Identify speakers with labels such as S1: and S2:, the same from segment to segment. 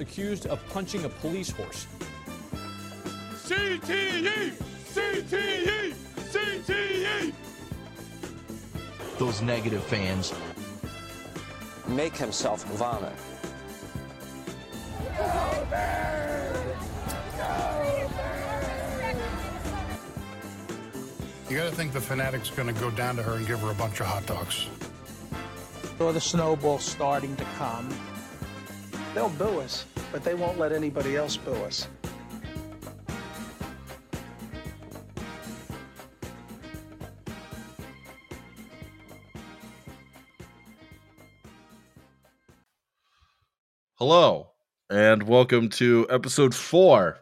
S1: accused of punching a police horse.
S2: CTE! CTE! CTE!
S3: Those negative fans.
S4: make himself vomit.
S5: You gotta think the fanatic's gonna go down to her and give her a bunch of hot dogs.
S6: Or the snowball starting to come. They'll boo us, but they won't let anybody else boo us.
S7: Hello, and welcome to episode four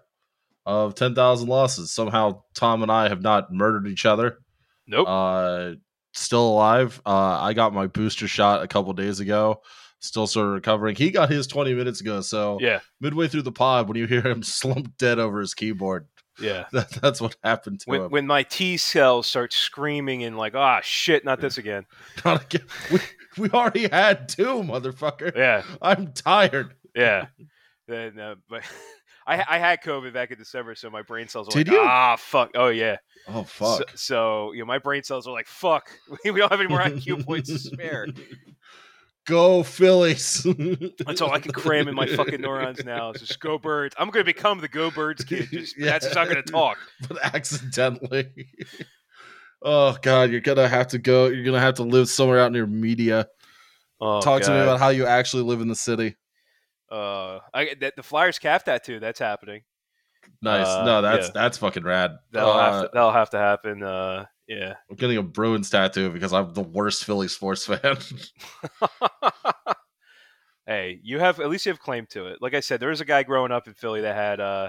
S7: of 10,000 Losses. Somehow, Tom and I have not murdered each other.
S2: Nope.
S7: Uh, still alive. Uh, I got my booster shot a couple days ago. Still sort of recovering. He got his 20 minutes ago. So,
S2: yeah,
S7: midway through the pod, when you hear him slump dead over his keyboard,
S2: yeah.
S7: that, that's what happened to
S2: When,
S7: him.
S2: when my T cells start screaming and like, ah, shit, not this again.
S7: Not again. we, we already had two, motherfucker.
S2: Yeah,
S7: I'm tired.
S2: yeah. Then, uh, but I, I had COVID back in December, so my brain cells are
S7: Did
S2: like,
S7: you?
S2: ah, fuck. Oh yeah.
S7: Oh,
S2: So,
S7: fuck.
S2: so you know, my brain cells are like, fuck. We don't have any more IQ points to spare.
S7: Go, Phillies.
S2: That's all I can cram in my fucking neurons now. It's just go birds. I'm gonna become the go birds kid. Just,
S7: Yeah.
S2: That's just not gonna talk.
S7: but accidentally. oh god, you're gonna have to go. You're gonna have to live somewhere out near media.
S2: Oh,
S7: Talk to me
S2: God.
S7: about how you actually live in the city.
S2: Uh, I, that, the Flyers calf tattoo. That's happening.
S7: Nice.
S2: Uh,
S7: no, that's
S2: yeah.
S7: that's fucking rad.
S2: That'll
S7: Uh,
S2: have to, that'll have to happen. Uh, yeah.
S7: I'm getting a Bruins tattoo because I'm the worst Philly sports fan.
S2: hey, you have at least you have claim to it. Like I said, there was a guy growing up in Philly that had uh,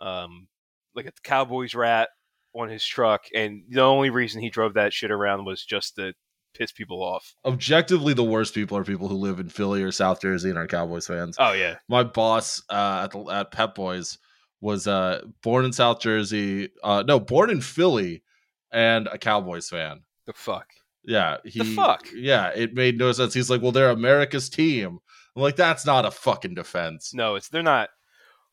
S2: um, like a Cowboys rat on his truck, and the only reason he drove that shit around was just to piss people off.
S7: Objectively, the worst people are people who live in Philly or South Jersey and are Cowboys fans.
S2: Oh yeah.
S7: my boss uh, at, the, at Pep Boys was uh, born in South Jersey. Uh, no, born in Philly and a Cowboys fan.
S2: The fuck.
S7: Yeah, he.
S2: fuck?
S7: Yeah, it made no sense. He's like, well, they're America's team. I'm like, that's not a fucking defense.
S2: No, it's they're not.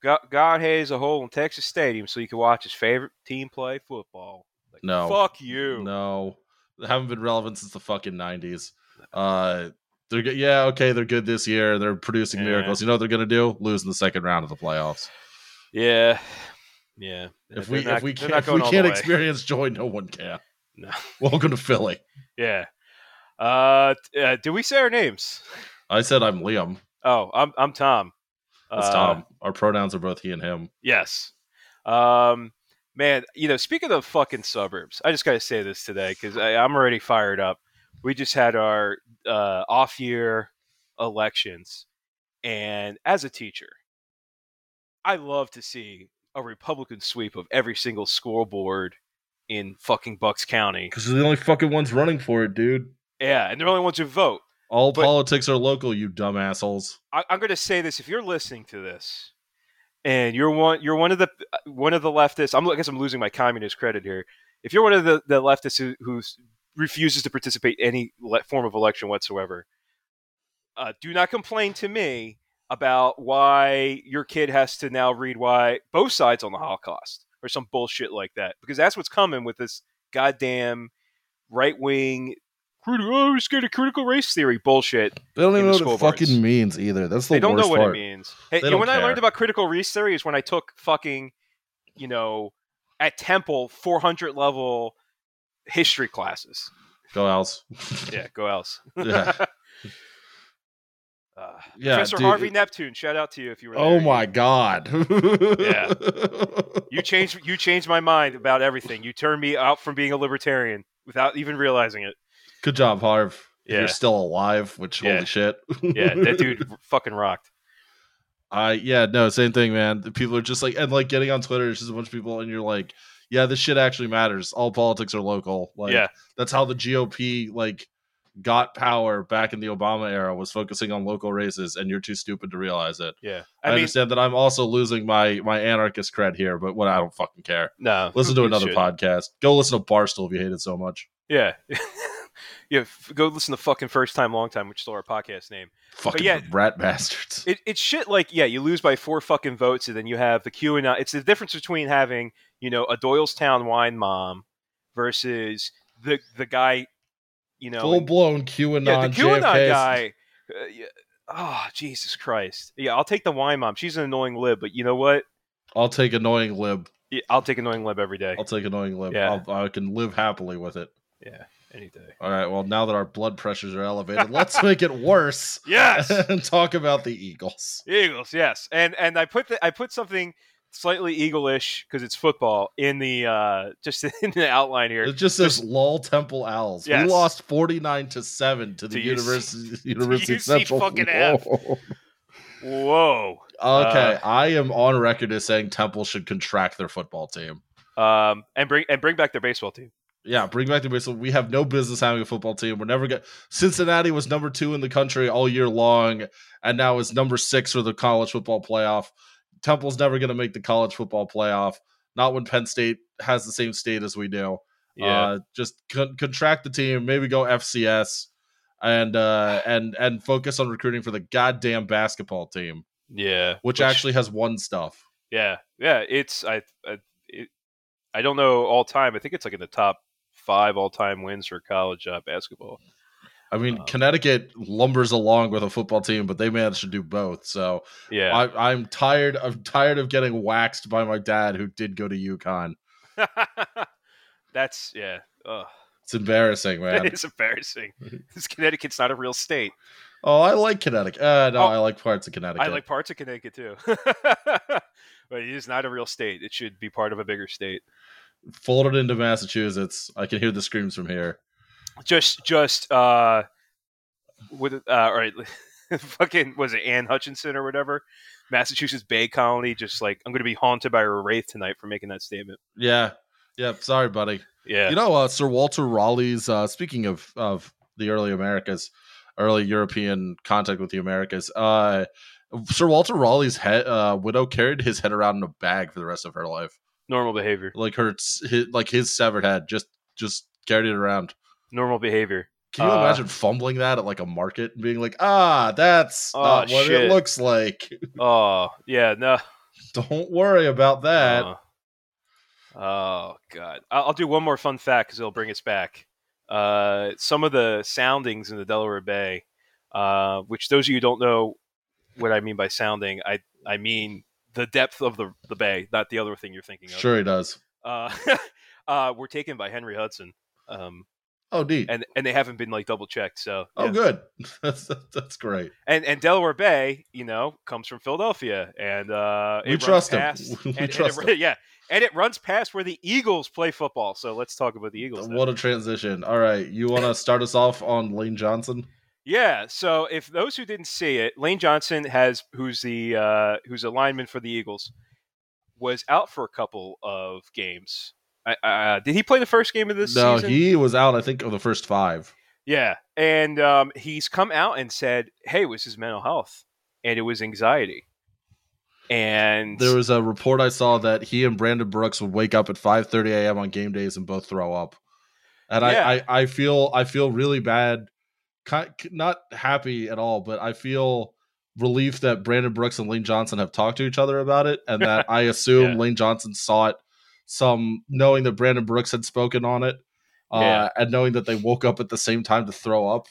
S2: God, God has a hole in Texas Stadium so you can watch his favorite team play football. Like,
S7: No.
S2: fuck you.
S7: No, They haven't been relevant since the fucking nineties. Uh, they're good. Yeah, okay, they're good this year. They're producing
S2: Yeah.
S7: miracles. You know what they're gonna do? Lose in the second round of the playoffs.
S2: Yeah, yeah.
S7: If
S2: They're
S7: we
S2: not-
S7: if we
S2: they're
S7: can't
S2: not
S7: if we
S2: going all the
S7: can't
S2: way.
S7: experience joy, no one can.
S2: No.
S7: Welcome to Philly.
S2: Yeah. Uh, t- uh, do we say our names?
S7: I said I'm Liam.
S2: Oh, I'm I'm Tom.
S7: That's
S2: Uh,
S7: Tom. Our pronouns are both he and him.
S2: Yes. Um, man, you know, speaking of fucking suburbs, I just got to say this today because I'm already fired up. We just had our uh, off year elections. And as a teacher, I love to see a Republican sweep of every single school board in fucking Bucks County.
S7: Because they're the only fucking ones running for it, dude.
S2: Yeah. And they're the only ones who vote.
S7: All
S2: But-
S7: politics are local, you dumb assholes.
S2: I, I'm going to say this: if you're listening to this, and you're one, you're one of the uh, one of the leftists. I'm, I guess I'm losing my communist credit here. If you're one of the, the leftists who who's refuses to participate in any le- form of election whatsoever, uh, do not complain to me about why your kid has to now read why both sides on the Holocaust or some bullshit like that, because that's what's coming with this goddamn right wing. Oh, we're scared of critical race theory bullshit
S7: They don't
S2: in
S7: even know
S2: the
S7: what
S2: school
S7: it
S2: boards.
S7: fucking means either. That's the
S2: they don't
S7: worst
S2: know what
S7: part.
S2: it means.
S7: They
S2: Hey, you know,
S7: don't
S2: when I
S7: care.
S2: learned about critical race theory is when I took fucking, you know, at Temple 400 level history classes.
S7: Go else.
S2: Yeah, go else.
S7: yeah.
S2: Uh,
S7: Yeah,
S2: Professor
S7: dude,
S2: Harvey
S7: it-
S2: Neptune, shout out to you if you were.
S7: Oh
S2: there.
S7: my god.
S2: Yeah. You changed you changed my mind about everything. You turned me out from being a libertarian without even realizing it.
S7: Good job, Harv. If
S2: Yeah.
S7: You're still alive, which
S2: Yeah.
S7: holy shit.
S2: Yeah, that dude fucking rocked.
S7: I yeah, no, same thing, man. The People are just like and like getting on Twitter, it's just a bunch of people and you're like, yeah, this shit actually matters. All politics are local. Like
S2: yeah,
S7: that's how the GOP like got power back in the Obama era was focusing on local races, and you're too stupid to realize it.
S2: yeah.
S7: I,
S2: I, mean,
S7: understand that I'm also losing my my anarchist cred here, but what I don't fucking care.
S2: no.
S7: Listen to
S2: you
S7: another
S2: should.
S7: podcast. Go listen to Barstool if you hate it so much.
S2: Yeah. yeah, f- go listen to fucking first time, long time, which is still our podcast name.
S7: Fucking
S2: yeah.
S7: rat bastards.
S2: It, it's shit like yeah, you lose by four fucking votes, and then you have the QAnon. It's the difference between having you know a Doylestown wine mom versus the the guy, you know,
S7: Full
S2: in-
S7: blown QAnon.
S2: yeah, the QAnon
S7: JFK.
S2: guy. Uh, yeah. Oh Jesus Christ! Yeah, I'll take the wine mom. She's an annoying lib, but you know what?
S7: I'll take annoying lib.
S2: Yeah, I'll take annoying lib every day.
S7: I'll take annoying lib.
S2: Yeah.
S7: I'll, I can live happily with it.
S2: Yeah, any day.
S7: All right. Well, now that our blood pressures are elevated, let's make it worse
S2: Yes.
S7: and talk about the Eagles.
S2: Eagles, yes. And and I put the, I put something slightly eagle-ish because it's football in the uh just in the outline here.
S7: It just says "lol Temple Owls."
S2: Yes.
S7: We lost forty-nine to seven to the
S2: To UC
S7: University University
S2: UC
S7: of Central.
S2: fucking F. Uh,
S7: Whoa.
S2: Whoa.
S7: Okay, I am on record as saying Temple should contract their football team.
S2: Um and bring and bring back their baseball team.
S7: Yeah, bring back the baseball. We have no business having a football team. We're never going. Cincinnati was number two in the country all year long, and now is number six for the college football playoff. Temple's never going to make the college football playoff. Not when Penn State has the same state as we do. Uh, just con- contract the team. Maybe go FCS, and uh, and and focus on recruiting for the goddamn basketball team,
S2: yeah.
S7: which, actually has won stuff.
S2: Yeah. Yeah, it's I I, it, I don't know all time. I think it's like in the top 5 all-time wins for college uh, basketball.
S7: I mean,
S2: Uh,
S7: Connecticut lumbers along with a football team, but they managed to do both. So
S2: Yeah.
S7: I, I'm tired. I'm tired of getting waxed by my dad, who did go to UConn.
S2: That's yeah. Ugh,
S7: It's embarrassing,
S2: that
S7: man.
S2: is embarrassing. This Connecticut's not a real state.
S7: oh, I like Connecticut. Uh, no,
S2: Oh.
S7: I like parts of Connecticut.
S2: I like parts of Connecticut too. but it is not a real state. It should be part of a bigger state.
S7: folded into Massachusetts. I can hear the screams from here.
S2: Just, just, uh, with, uh, all right, fucking, was it Ann Hutchinson or whatever? Massachusetts Bay Colony, just like, I'm going to be haunted by a wraith tonight for making that statement.
S7: Yeah, yeah. Sorry, buddy.
S2: Yeah.
S7: You know, uh, Sir Walter Raleigh's. Uh, speaking of of the early Americas, early European contact with the Americas. Uh, Sir Walter Raleigh's head, uh, widow carried his head around in a bag for the rest of her life.
S2: normal behavior.
S7: Like her, s- his, like his severed head, just just carried it around.
S2: Normal behavior.
S7: Can you
S2: Uh,
S7: imagine fumbling that at like a market and being like, ah, that's
S2: Oh,
S7: not what
S2: shit.
S7: it looks like.
S2: Oh, yeah. No.
S7: Don't worry about that.
S2: Uh, oh God! I'll, I'll do one more fun fact because it'll bring us back. Uh, some of the soundings in the Delaware Bay, uh, which those of you who don't know what I mean by sounding, I I mean the depth of the the bay, not the other thing you're thinking of.
S7: sure, he does.
S2: Uh, uh, were taken by Henry Hudson, um,
S7: Oh, neat.
S2: and and they haven't been like double checked. So
S7: oh,
S2: yeah.
S7: good. that's that's great.
S2: and and Delaware Bay, you know, comes from Philadelphia, and uh,
S7: We
S2: it runs
S7: trust 'em.
S2: past-
S7: We
S2: and- and it
S7: trust
S2: ru-
S7: 'em.
S2: yeah, and it runs past where the Eagles play football. So let's talk about the Eagles. now.
S7: What a transition. All right, you want to start us off on Lane Johnson?
S2: Yeah. So if those who didn't see it, Lane Johnson has who's the uh, who's a lineman for the Eagles was out for a couple of games. I, I, uh, did he play the first game of this
S7: no,
S2: season?
S7: he was out. I think of the first five.
S2: Yeah, and um, he's come out and said, "Hey, it was his mental health, and it was anxiety." And
S7: There was a report I saw that he and Brandon Brooks would wake up at 5:30 a.m. on game days and both throw up. And
S2: Yeah.
S7: I, I I feel I feel really bad, ki- not happy at all, but I feel relief that Brandon Brooks and Lane Johnson have talked to each other about it, and that I assume
S2: Yeah.
S7: Lane Johnson sought some knowing that Brandon Brooks had spoken on it, uh,
S2: Yeah.
S7: and knowing that they woke up at the same time to throw up.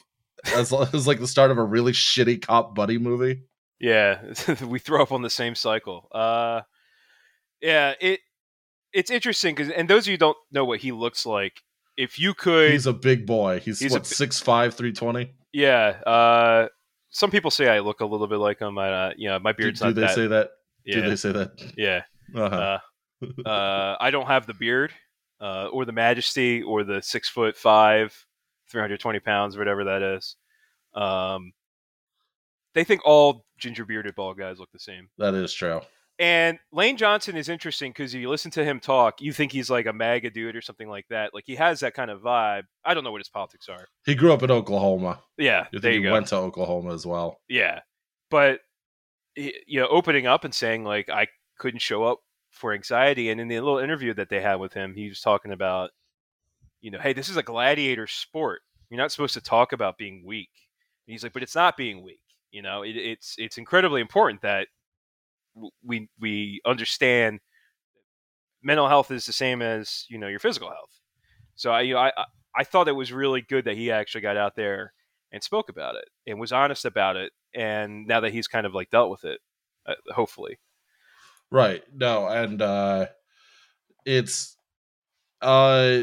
S7: As, as like the start of a really shitty cop buddy movie.
S2: Yeah, we throw up on the same cycle. Uh, yeah, it it's interesting because, and those of you who don't know what he looks like, if you could,
S7: He's a big boy. He's,
S2: He's a
S7: what
S2: bi-
S7: six five, three twenty.
S2: yeah. Uh, some people say I look a little bit like him. I, uh, you know, my
S7: Do-
S2: beard's
S7: do,
S2: not
S7: they
S2: that.
S7: say that?
S2: yeah,
S7: Do they say that?
S2: yeah.
S7: Uh-huh.
S2: Uh, uh, I don't have the beard, uh, or the majesty, or the six foot five, three hundred twenty pounds, whatever that is. Um, they think all ginger bearded bald guys look the same.
S7: that is true.
S2: And Lane Johnson is interesting because if you listen to him talk, you think he's like a MAGA dude or something like that. Like he has that kind of vibe. I don't know what his politics are.
S7: He grew up in Oklahoma.
S2: Yeah,
S7: You
S2: there
S7: think he
S2: you go.
S7: went to Oklahoma as well?
S2: yeah, but y- you know, opening up and saying like I couldn't show up for anxiety, and in the little interview that they had with him, he was talking about, you know, hey, this is a gladiator sport. You're not supposed to talk about being weak. And he's like, but it's not being weak. You know, it, it's it's incredibly important that w- we we understand mental health is the same as you know your physical health. So I you know, I I- I thought it was really good that he actually got out there and spoke about it and was honest about it. And now that he's kind of like dealt with it, uh, hopefully.
S7: Right. No, and uh it's uh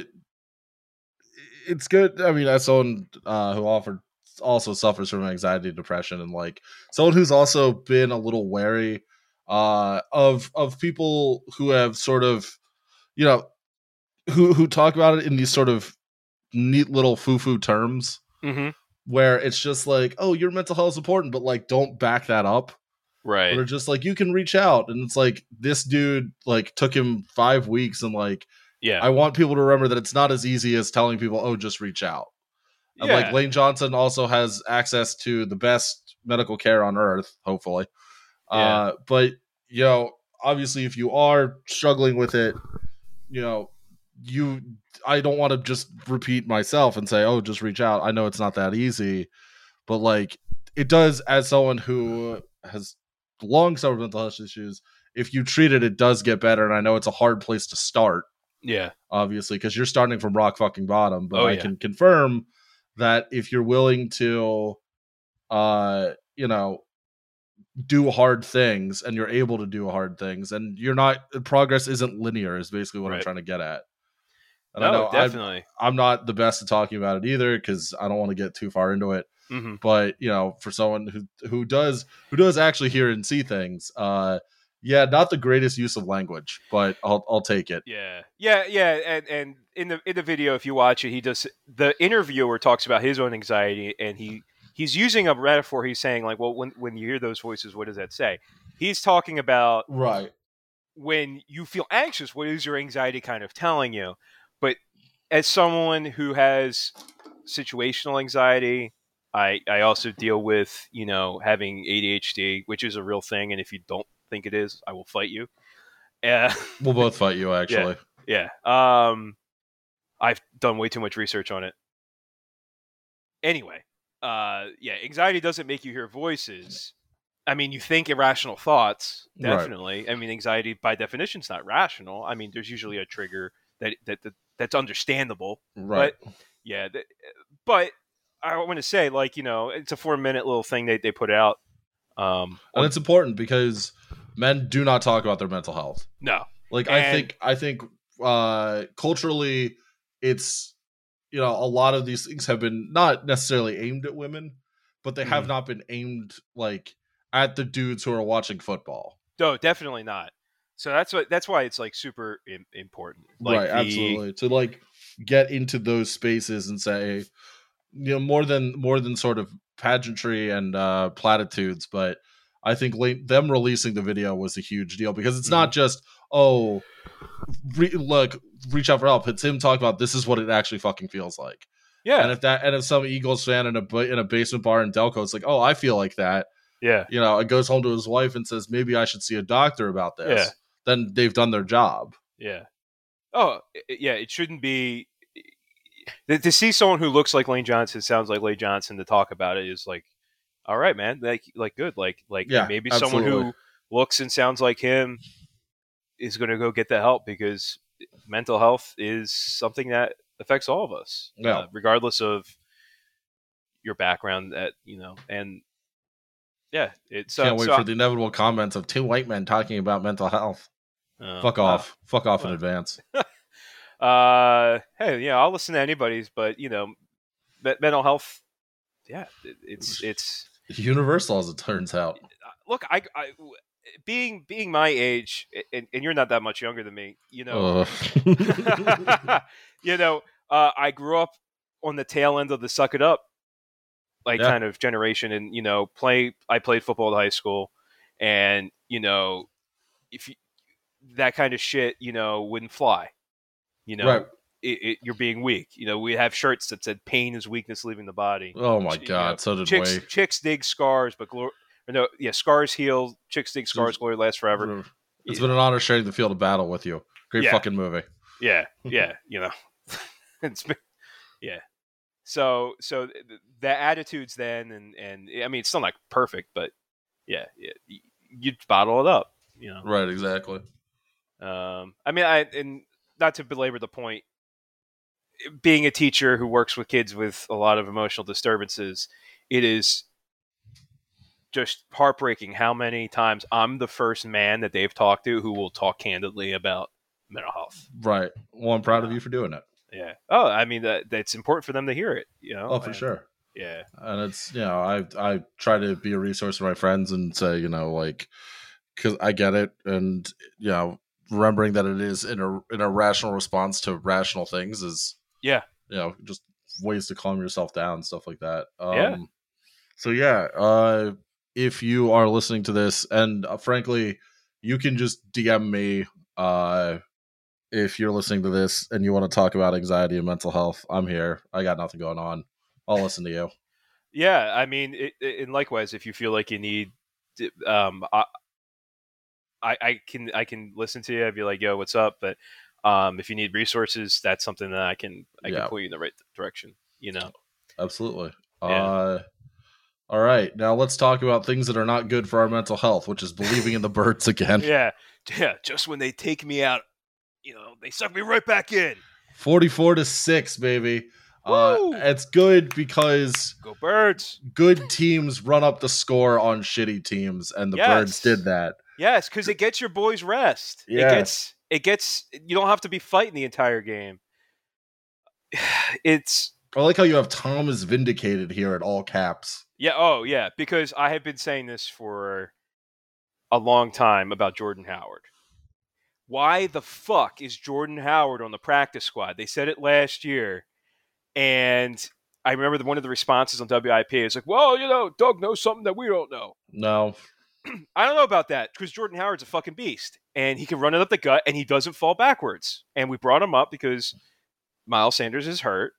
S7: it's good. I mean, as someone uh who offered also suffers from anxiety and depression and like someone who's also been a little wary uh of of people who have sort of you know who who talk about it in these sort of neat little foo-foo terms
S2: Mm-hmm.
S7: where it's just like, oh, your mental health is important, but like don't back that up
S2: Right.
S7: we are just like you can reach out and it's like this dude like took him five weeks and like
S2: yeah.
S7: i want people to remember that it's not as easy as telling people oh just reach out and like lane johnson also has access to the best medical care on earth hopefully uh but you know obviously if you are struggling with it you know you i don't want to just repeat myself and say oh just reach out i know it's not that easy but like it does as someone who has long suffered mental health issues if you treat it it does get better and i know it's a hard place to start
S2: yeah.
S7: obviously because you're starting from rock fucking bottom but
S2: Oh,
S7: i
S2: yeah.
S7: can confirm that if you're willing to uh you know do hard things and you're able to do hard things and you're not progress isn't linear is basically what i'm
S2: Right.
S7: trying to get at and i
S2: No,
S7: know I'm,
S2: definitely.
S7: I'm not the best at talking about it either because i don't want to get too far into it
S2: hmm
S7: but you know for someone who who does who does actually hear and see things uh yeah not the greatest use of language but i'll i'll take it
S2: Yeah, yeah, yeah. And and in the in the video, if you watch it, he does the interviewer talks about his own anxiety, and he he's using a metaphor. He's saying like, well, when when you hear those voices, what does that say? He's talking about
S7: right
S2: when you feel anxious, what is your anxiety kind of telling you? But as someone who has situational anxiety, I, I also deal with, you know, having ADHD, which is a real thing. And if you don't think it is, I will fight you. Uh,
S7: We'll both fight you, actually.
S2: yeah. Um, I've done way too much research on it. Anyway, uh, yeah, anxiety doesn't make you hear voices. I mean, you think irrational thoughts,
S7: Right.
S2: definitely. I mean, anxiety by definition is not rational. I mean, there's usually a trigger that that, that that's understandable.
S7: Right.
S2: Yeah, th- but I want to say, like, you know, it's a four minute little thing they they put out. Um,
S7: and it's important because men do not talk about their mental health.
S2: no,
S7: Like I
S2: And-
S7: think I think uh culturally it's you know, a lot of these things have been not necessarily aimed at women, but they have
S2: Mhm.
S7: not been aimed like at the dudes who are watching football.
S2: no, definitely not. So that's what that's why it's like super Im- important. Like
S7: right,
S2: the-
S7: absolutely. To like get into those spaces and say, you know, more than more than sort of pageantry and uh platitudes, but I think late, them releasing the video was a huge deal because it's
S2: Mm-hmm.
S7: not just oh, re- look, reach out for help. It's him talking about this is what it actually fucking feels like.
S2: Yeah,
S7: And if that and if some Eagles fan in a ba- in a basement bar in Delco, it's like oh, I feel like that.
S2: yeah.
S7: You know, and goes home to his wife and says maybe I should see a doctor about this.
S2: Yeah.
S7: Then they've done their job.
S2: Yeah. Oh, i- i- yeah. It shouldn't be. To to see someone who looks like Lane Johnson sounds like Lane Johnson to talk about it is like, all right, man. Like, like good. Like, like
S7: Yeah,
S2: maybe someone
S7: absolutely.
S2: who looks and sounds like him is going to go get the help because mental health is something that affects all of us, uh,
S7: Yeah.
S2: regardless of your background. That you know, and yeah, it's so,
S7: Can't wait
S2: so
S7: for the inevitable comments of two white men talking about mental health.
S2: uh,
S7: Fuck
S2: wow.
S7: off. Fuck off in
S2: Wow.
S7: advance.
S2: uh hey yeah i'll listen to anybody's but you know me- mental health yeah it, it's it's uh,
S7: Universal, as it turns out.
S2: look I, I being being my age and, and you're not that much younger than me you know
S7: Ugh.
S2: you know uh, i grew up on the tail end of the suck it up like
S7: Yeah.
S2: kind of generation and you know play i played football in high school and you know if you that kind of shit you know wouldn't fly you know
S7: Right.
S2: it, it, you're being weak. You know, we have shirts that said "Pain is weakness leaving the body."
S7: Oh my
S2: You know,
S7: god. So did
S2: chicks,
S7: Way.
S2: chicks dig scars, but glory. No, yeah, scars heal. Chicks dig scars, glory lasts forever.
S7: It's been an honor sharing the field of battle with you. Great
S2: Yeah.
S7: fucking movie.
S2: Yeah, yeah, you know, it's been, yeah. So so th- th- the attitudes then, and and I mean, it's still not perfect, but yeah, yeah y- you bottle it up, you know.
S7: Right, exactly.
S2: Um, I mean, I and not to belabor the point, being a teacher who works with kids with a lot of emotional disturbances, it is just heartbreaking how many times I'm the first man that they've talked to who will talk candidly about mental health.
S7: Right. Well, I'm proud of you for doing it.
S2: Yeah. Oh, I mean that that's important for them to hear it. You know.
S7: Oh, for
S2: and-
S7: sure.
S2: Yeah.
S7: and it's you know i i try to be a resource for my friends and say you know like because i get it and you know remembering that it is in a an irrational response to rational things is
S2: Yeah.
S7: you know just ways to calm yourself down stuff like that um
S2: Yeah.
S7: so yeah uh if you are listening to this and uh, frankly you can just dm me uh if you're listening to this and you want to talk about anxiety and mental health i'm here i got nothing going on i'll listen to you
S2: Yeah, I mean, it, it- and likewise, if you feel like you need, to- um, I, I, I can I can listen to you. I'd be like, yo, what's up? But um, if you need resources, that's something that I can I
S7: Yeah.
S2: can pull you in the right direction. You know,
S7: Absolutely.
S2: Yeah.
S7: Uh, all right. Now let's talk about things that are not good for our mental health, which is believing in the birds again.
S2: yeah, yeah. Just when they take me out, you know, they suck me right back in.
S7: 44 to 6, baby. Uh,
S2: Woo!
S7: it's good because
S2: Go birds!
S7: good teams run up the score on shitty teams, and the
S2: Yes.
S7: birds did that.
S2: Yes, because it gets your boys rest.
S7: Yeah.
S2: It gets it gets. You don't have to be fighting the entire game. It's
S7: I like how you have Tom is vindicated here at all caps.
S2: Yeah. Oh, yeah. Because I have been saying this for a long time about Jordan Howard. Why the fuck is Jordan Howard on the practice squad? They said it last year, and I remember the, one of the responses on WIP is like, "Well, you know, Doug knows something that we don't know."
S7: No,
S2: I don't know about that because Jordan Howard's a fucking beast, and he can run it up the gut, and he doesn't fall backwards. And we brought him up because Miles Sanders is hurt,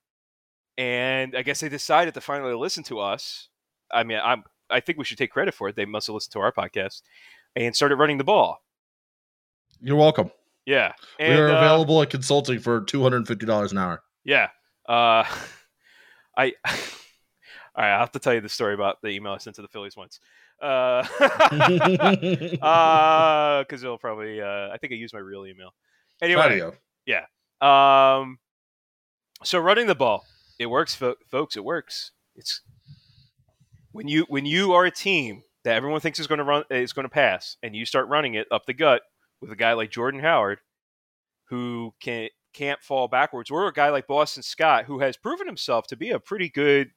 S2: and I guess they decided to finally listen to us. I mean, I'm I think we should take credit for it. They must have listened to our podcast and started running the ball.
S7: you're welcome.
S2: Yeah, and,
S7: we are
S2: uh,
S7: available at consulting for $250 an hour.
S2: yeah, uh, I. All right, I have to tell you the story about the email I sent to the Phillies once. Uh, uh because it'll probably uh i think i used my real email anyway
S7: Audio.
S2: um so running the ball it works fo- folks it works it's when you when you are a team that everyone thinks is going to run is going to pass and you start running it up the gut with a guy like jordan howard who can can't fall backwards or a guy like boston scott who has proven himself to be a pretty good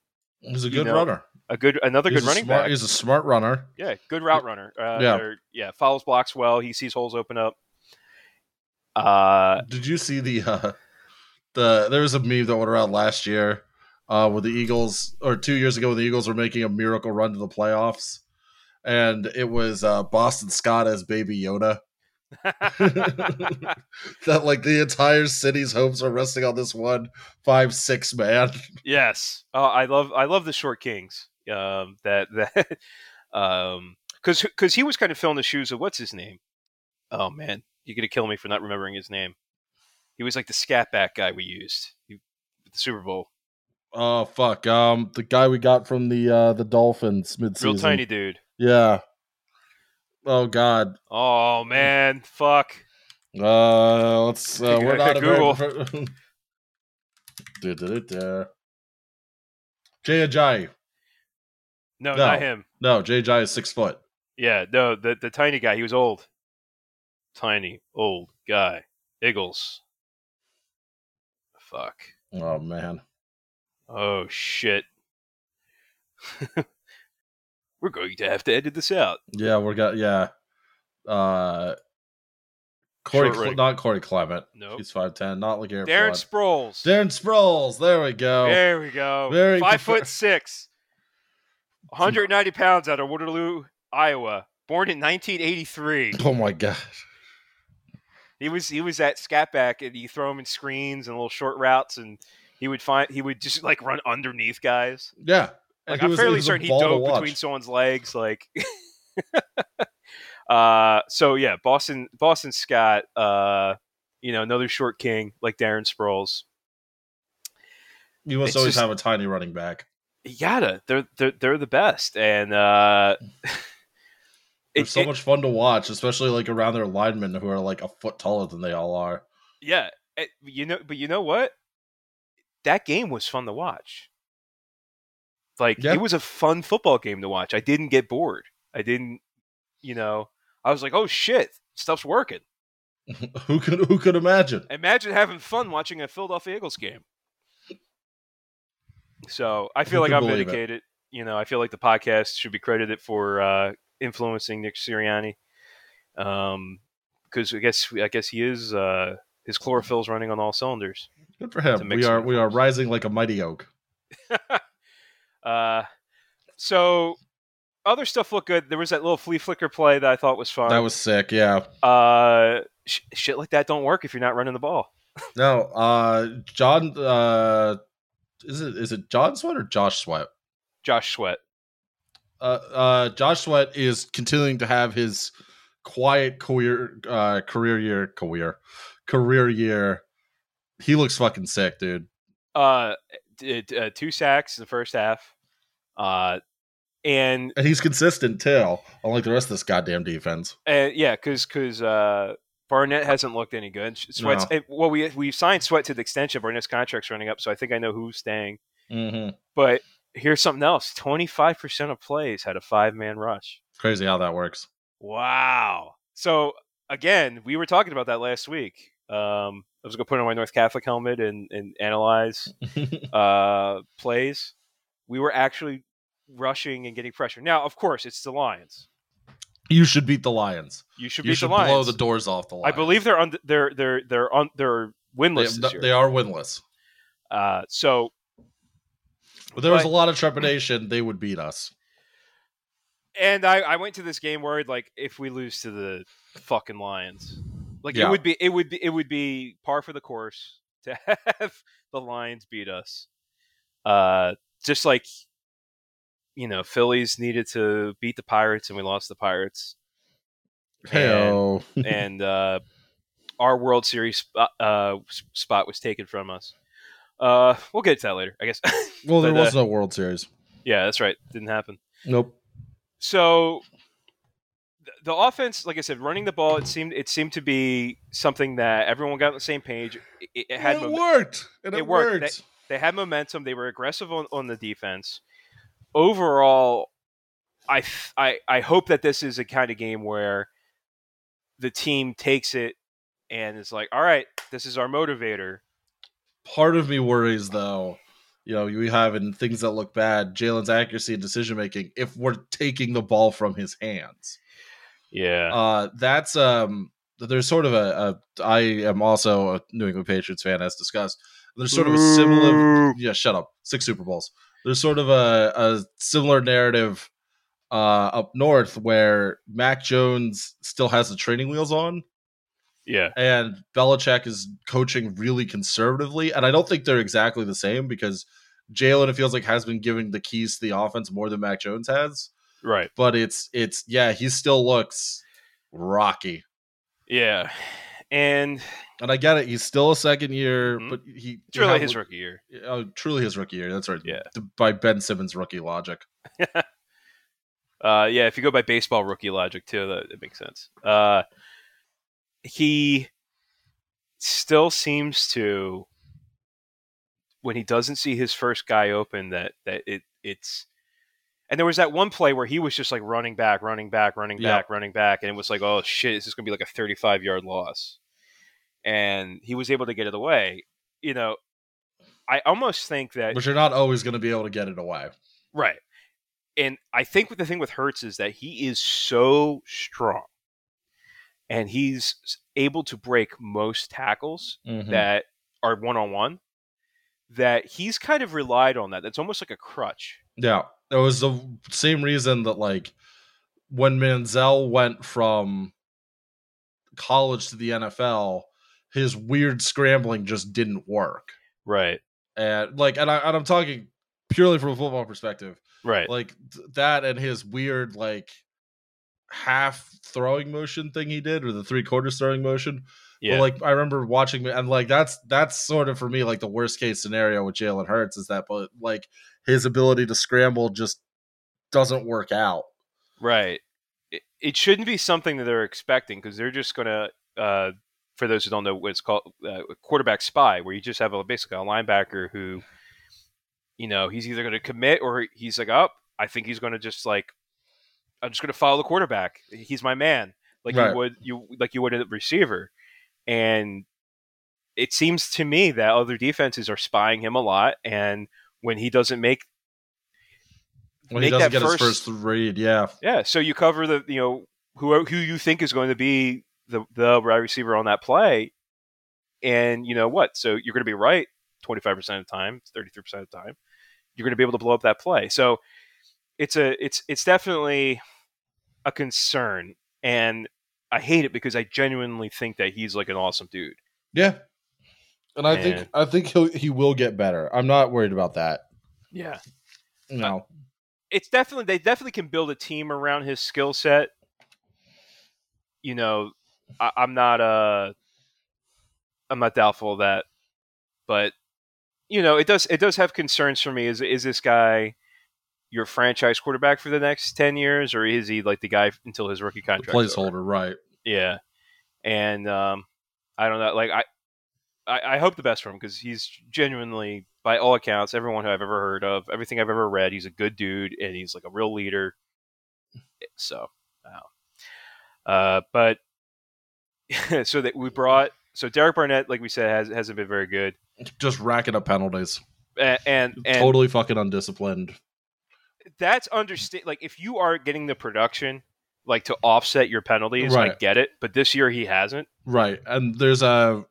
S7: He's a
S2: you
S7: good
S2: know,
S7: runner.
S2: a good another
S7: He's
S2: good
S7: a
S2: running
S7: smart-
S2: back
S7: He's a smart runner.
S2: yeah, good route runner. Uh,
S7: Yeah.
S2: yeah, yeah, follows blocks well. He sees holes open up. Uh,
S7: Did you see the uh the there was a meme that went around last year uh with the Eagles or two years ago when the Eagles were making a miracle run to the playoffs and it was uh Boston Scott as baby Yoda. that like the entire city's hopes are resting on this one five six man.
S2: yes, oh, I love I love the short kings. Um, that that um, because because he was kind of filling the shoes of what's his name. Oh man, you're gonna kill me for not remembering his name. He was like the scat back guy we used he, at the Super Bowl.
S7: Oh fuck. Um the guy we got from the uh the Dolphins
S2: Real
S7: midseason.
S2: tiny dude.
S7: Yeah. Oh god.
S2: Oh man, fuck.
S7: Uh, let's. Uh, we're not a
S2: Google.
S7: very. prof- Du-du-du-du. Jay Ajayi.
S2: No,
S7: No.
S2: not him.
S7: No, Jay Ajayi is six foot.
S2: Yeah, no, the the tiny guy. He was old, tiny old guy. Iggles. Fuck.
S7: Oh man.
S2: Oh shit. We're going to have to edit this out.
S7: Yeah, we're got yeah. Uh, Corey,
S2: Short
S7: Cle-
S2: ring.
S7: not Corey Clement.
S2: Nope.
S7: He's five ten. Not Legarrette.
S2: Darren
S7: Blount.
S2: Sproles.
S7: Darren Sproles. There we go.
S2: There we go.
S7: Very
S2: Five
S7: prefer-
S2: foot six. 190 pounds out of Waterloo, Iowa. Born in 1983.
S7: Oh my god.
S2: He was he was at scatback and you throw him in screens and little short routes and he would find he would just like run underneath guys.
S7: Yeah. And
S2: Like
S7: he
S2: I'm
S7: was-
S2: fairly
S7: was a
S2: certain he
S7: ball to
S2: dove
S7: watch.
S2: between someone's legs. Like, uh, so yeah, Boston, Boston Scott, uh, you know, another short king like Darren Sproles.
S7: You must
S2: It's
S7: always
S2: just-
S7: have a tiny running back.
S2: You gotta. They're they're they're the best, and uh,
S7: It's so much fun to watch, especially like around their linemen who are like a foot taller than they all are.
S2: Yeah, eh, you know, but you know what? That game was fun to watch. Like
S7: Yeah.
S2: it was a fun football game to watch. I didn't get bored. I didn't, you know, I was like, oh shit, stuff's working.
S7: who could who could imagine?
S2: Imagine having fun watching a Philadelphia Eagles game. So I feel
S7: Who
S2: like
S7: could
S2: I'm
S7: believe it?
S2: vindicated. You know, I feel like the podcast should be credited for uh, influencing Nick Sirianni, because I guess I guess he is uh, his chlorophyll's running on all cylinders.
S7: Good for
S2: It's a
S7: him. We
S2: mix
S7: are
S2: of
S7: we are rising like a mighty oak.
S2: Uh, so other stuff looked good. There was that little flea flicker play that I thought was fun.
S7: That was sick. Yeah.
S2: uh, sh- shit like that don't work if you're not running the ball.
S7: No. Uh, John. Uh, is it is it John Sweat or Josh Sweat?
S2: Josh Sweat.
S7: Uh, uh, Josh Sweat is continuing to have his quiet career uh, career year career career year. He looks fucking sick, dude.
S2: Uh, d- d- uh, two sacks in the first half. Uh, and
S7: And he's consistent too, unlike the rest of this goddamn defense.
S2: uh, yeah, because because uh, Barnett hasn't looked any good. Sh- Sweat's eh, well, we we signed Sweat to the extension. Barnett's contract's running up, so I think I know who's staying.
S7: Mm-hmm.
S2: But here's something else: twenty five percent of plays had a five man rush.
S7: Crazy how that works.
S2: Wow. So again, we were talking about that last week. Um, I was gonna put on my North Catholic helmet and, and analyze uh, plays. We were actually rushing and getting pressure. Now, of course, it's the Lions.
S7: you should beat the Lions.
S2: You should
S7: you
S2: beat
S7: should
S2: the Lions.
S7: blow the doors off the
S2: I
S7: Lions.
S2: believe they're on. They're they're they're on. They're
S7: they,
S2: winless this year.
S7: they are winless.
S2: Uh, so
S7: But there was
S2: But-
S7: a lot of trepidation they would beat us.
S2: and I, I went to this game worried like if we lose to the fucking Lions, like it
S7: Yeah.
S2: would be it would be it would be par for the course to have the Lions beat us. Uh, just like you know, Phillies needed to beat the Pirates and we lost the Pirates,
S7: Hell.
S2: and uh, our World Series spot, uh, s- spot was taken from us. Uh, we'll get to that later, I guess.
S7: well, there
S2: but, uh,
S7: was no World Series.
S2: yeah, that's right. Didn't happen.
S7: Nope.
S2: so th- the offense like i said running the ball it seemed it seemed to be something that everyone got on the same page it, it- it had
S7: it
S2: mom-
S7: worked. And
S2: it
S7: it,
S2: worked.
S7: worked.
S2: they had momentum they were aggressive on, on the defense overall I, f- I I hope that this is a kind of game where the team takes it and is like all right this is our motivator
S7: Part of me worries, though, you know, you have in things that look bad, Jalen's accuracy and decision making, if we're taking the ball from his hands.
S2: yeah
S7: Uh, that's um. There's sort of a, a. I am also a New England Patriots fan, as discussed. There's sort of a similar. Yeah, shut up. Six Super Bowls. There's sort of a, a similar narrative uh, up north where Mac Jones still has the training wheels on,
S2: yeah
S7: and Belichick is coaching really conservatively. And I don't think they're exactly the same because Jalen, it feels like, has been given the keys to the offense more than Mac Jones has.
S2: right
S7: But it's it's yeah, he still looks rocky.
S2: yeah and
S7: And I get it. He's still a second year,
S2: Mhm.
S7: but he
S2: it's really
S7: how-
S2: his rookie year
S7: Oh, truly his rookie year. That's right.
S2: Yeah.
S7: D- by Ben Simmons' rookie logic.
S2: Uh, yeah, if you go by baseball rookie logic too, that, that makes sense. Uh, he still seems to, when he doesn't see his first guy open, that that it it's. And there was that one play where he was just like running back, running back, running
S7: Yeah.
S2: back, running back, and it was like, oh shit, this is gonna be like a thirty-five yard loss, and he was able to get it away. You know, I almost think that
S7: But you're not always going to be able to get it away.
S2: Right. And I think what the thing with Hertz is that he is so strong and he's s- able to break most tackles that are one on one that he's kind of relied on that. That's almost like a crutch.
S7: yeah. It was the same reason that like when Manziel went from college to the NFL, his weird scrambling just didn't work.
S2: Right.
S7: And like, and, I, and I'm talking purely from a football perspective.
S2: Right.
S7: like th- that and his weird like half throwing motion thing he did or the three quarters throwing motion But like I remember watching and like that's that's sort of for me like the worst case scenario with Jalen Hurts is that but like his ability to scramble just doesn't work out.
S2: Right. It, it shouldn't be something that they're expecting because they're just going to, uh, for those who don't know what it's called, uh, quarterback spy, where you just have a basically a linebacker who, you know, he's either going to commit or he's like, oh, I think he's going to just like, I'm just going to follow the quarterback. He's my man, like
S7: Right.
S2: you would you like you would a receiver, and it seems to me that other defenses are spying him a lot, and when he doesn't make
S7: When he
S2: Make
S7: doesn't
S2: that
S7: get his
S2: first-
S7: first read, yeah.
S2: Yeah, so you cover the you know who who you think is going to be the the wide receiver on that play, and you know what? So you're going to be right twenty five percent of the time, thirty three percent of the time. You're going to be able to blow up that play. So it's a it's it's definitely a concern, and I hate it because I genuinely think that he's like an awesome dude.
S7: Yeah. And I
S2: Man.
S7: think I think he'll he will get better. I'm not worried about that.
S2: Yeah,
S7: No.
S2: it's definitely they definitely can build a team around his skill set. You know, I, I'm not uh I'm not doubtful of that, but you know, it does it does have concerns for me. Is is this guy your franchise quarterback for the next ten years, or is he like the guy until his rookie
S7: The
S2: contract?
S7: placeholder, right.
S2: Yeah, and um, I don't know. Like I, I, I hope the best for him because he's genuinely, by all accounts, everyone who I've ever heard of, everything I've ever read, he's a good dude and he's like a real leader. Eh, So, wow. Uh, but so that we brought so Derek Barnett, like we said, has hasn't been very good,
S7: Just racking up penalties.
S2: and and, and
S7: totally fucking undisciplined.
S2: that's understand. Like if you are getting the production. Like to offset your penalties, I
S7: Right.
S2: get it, but this year he hasn't.
S7: Right. And there's a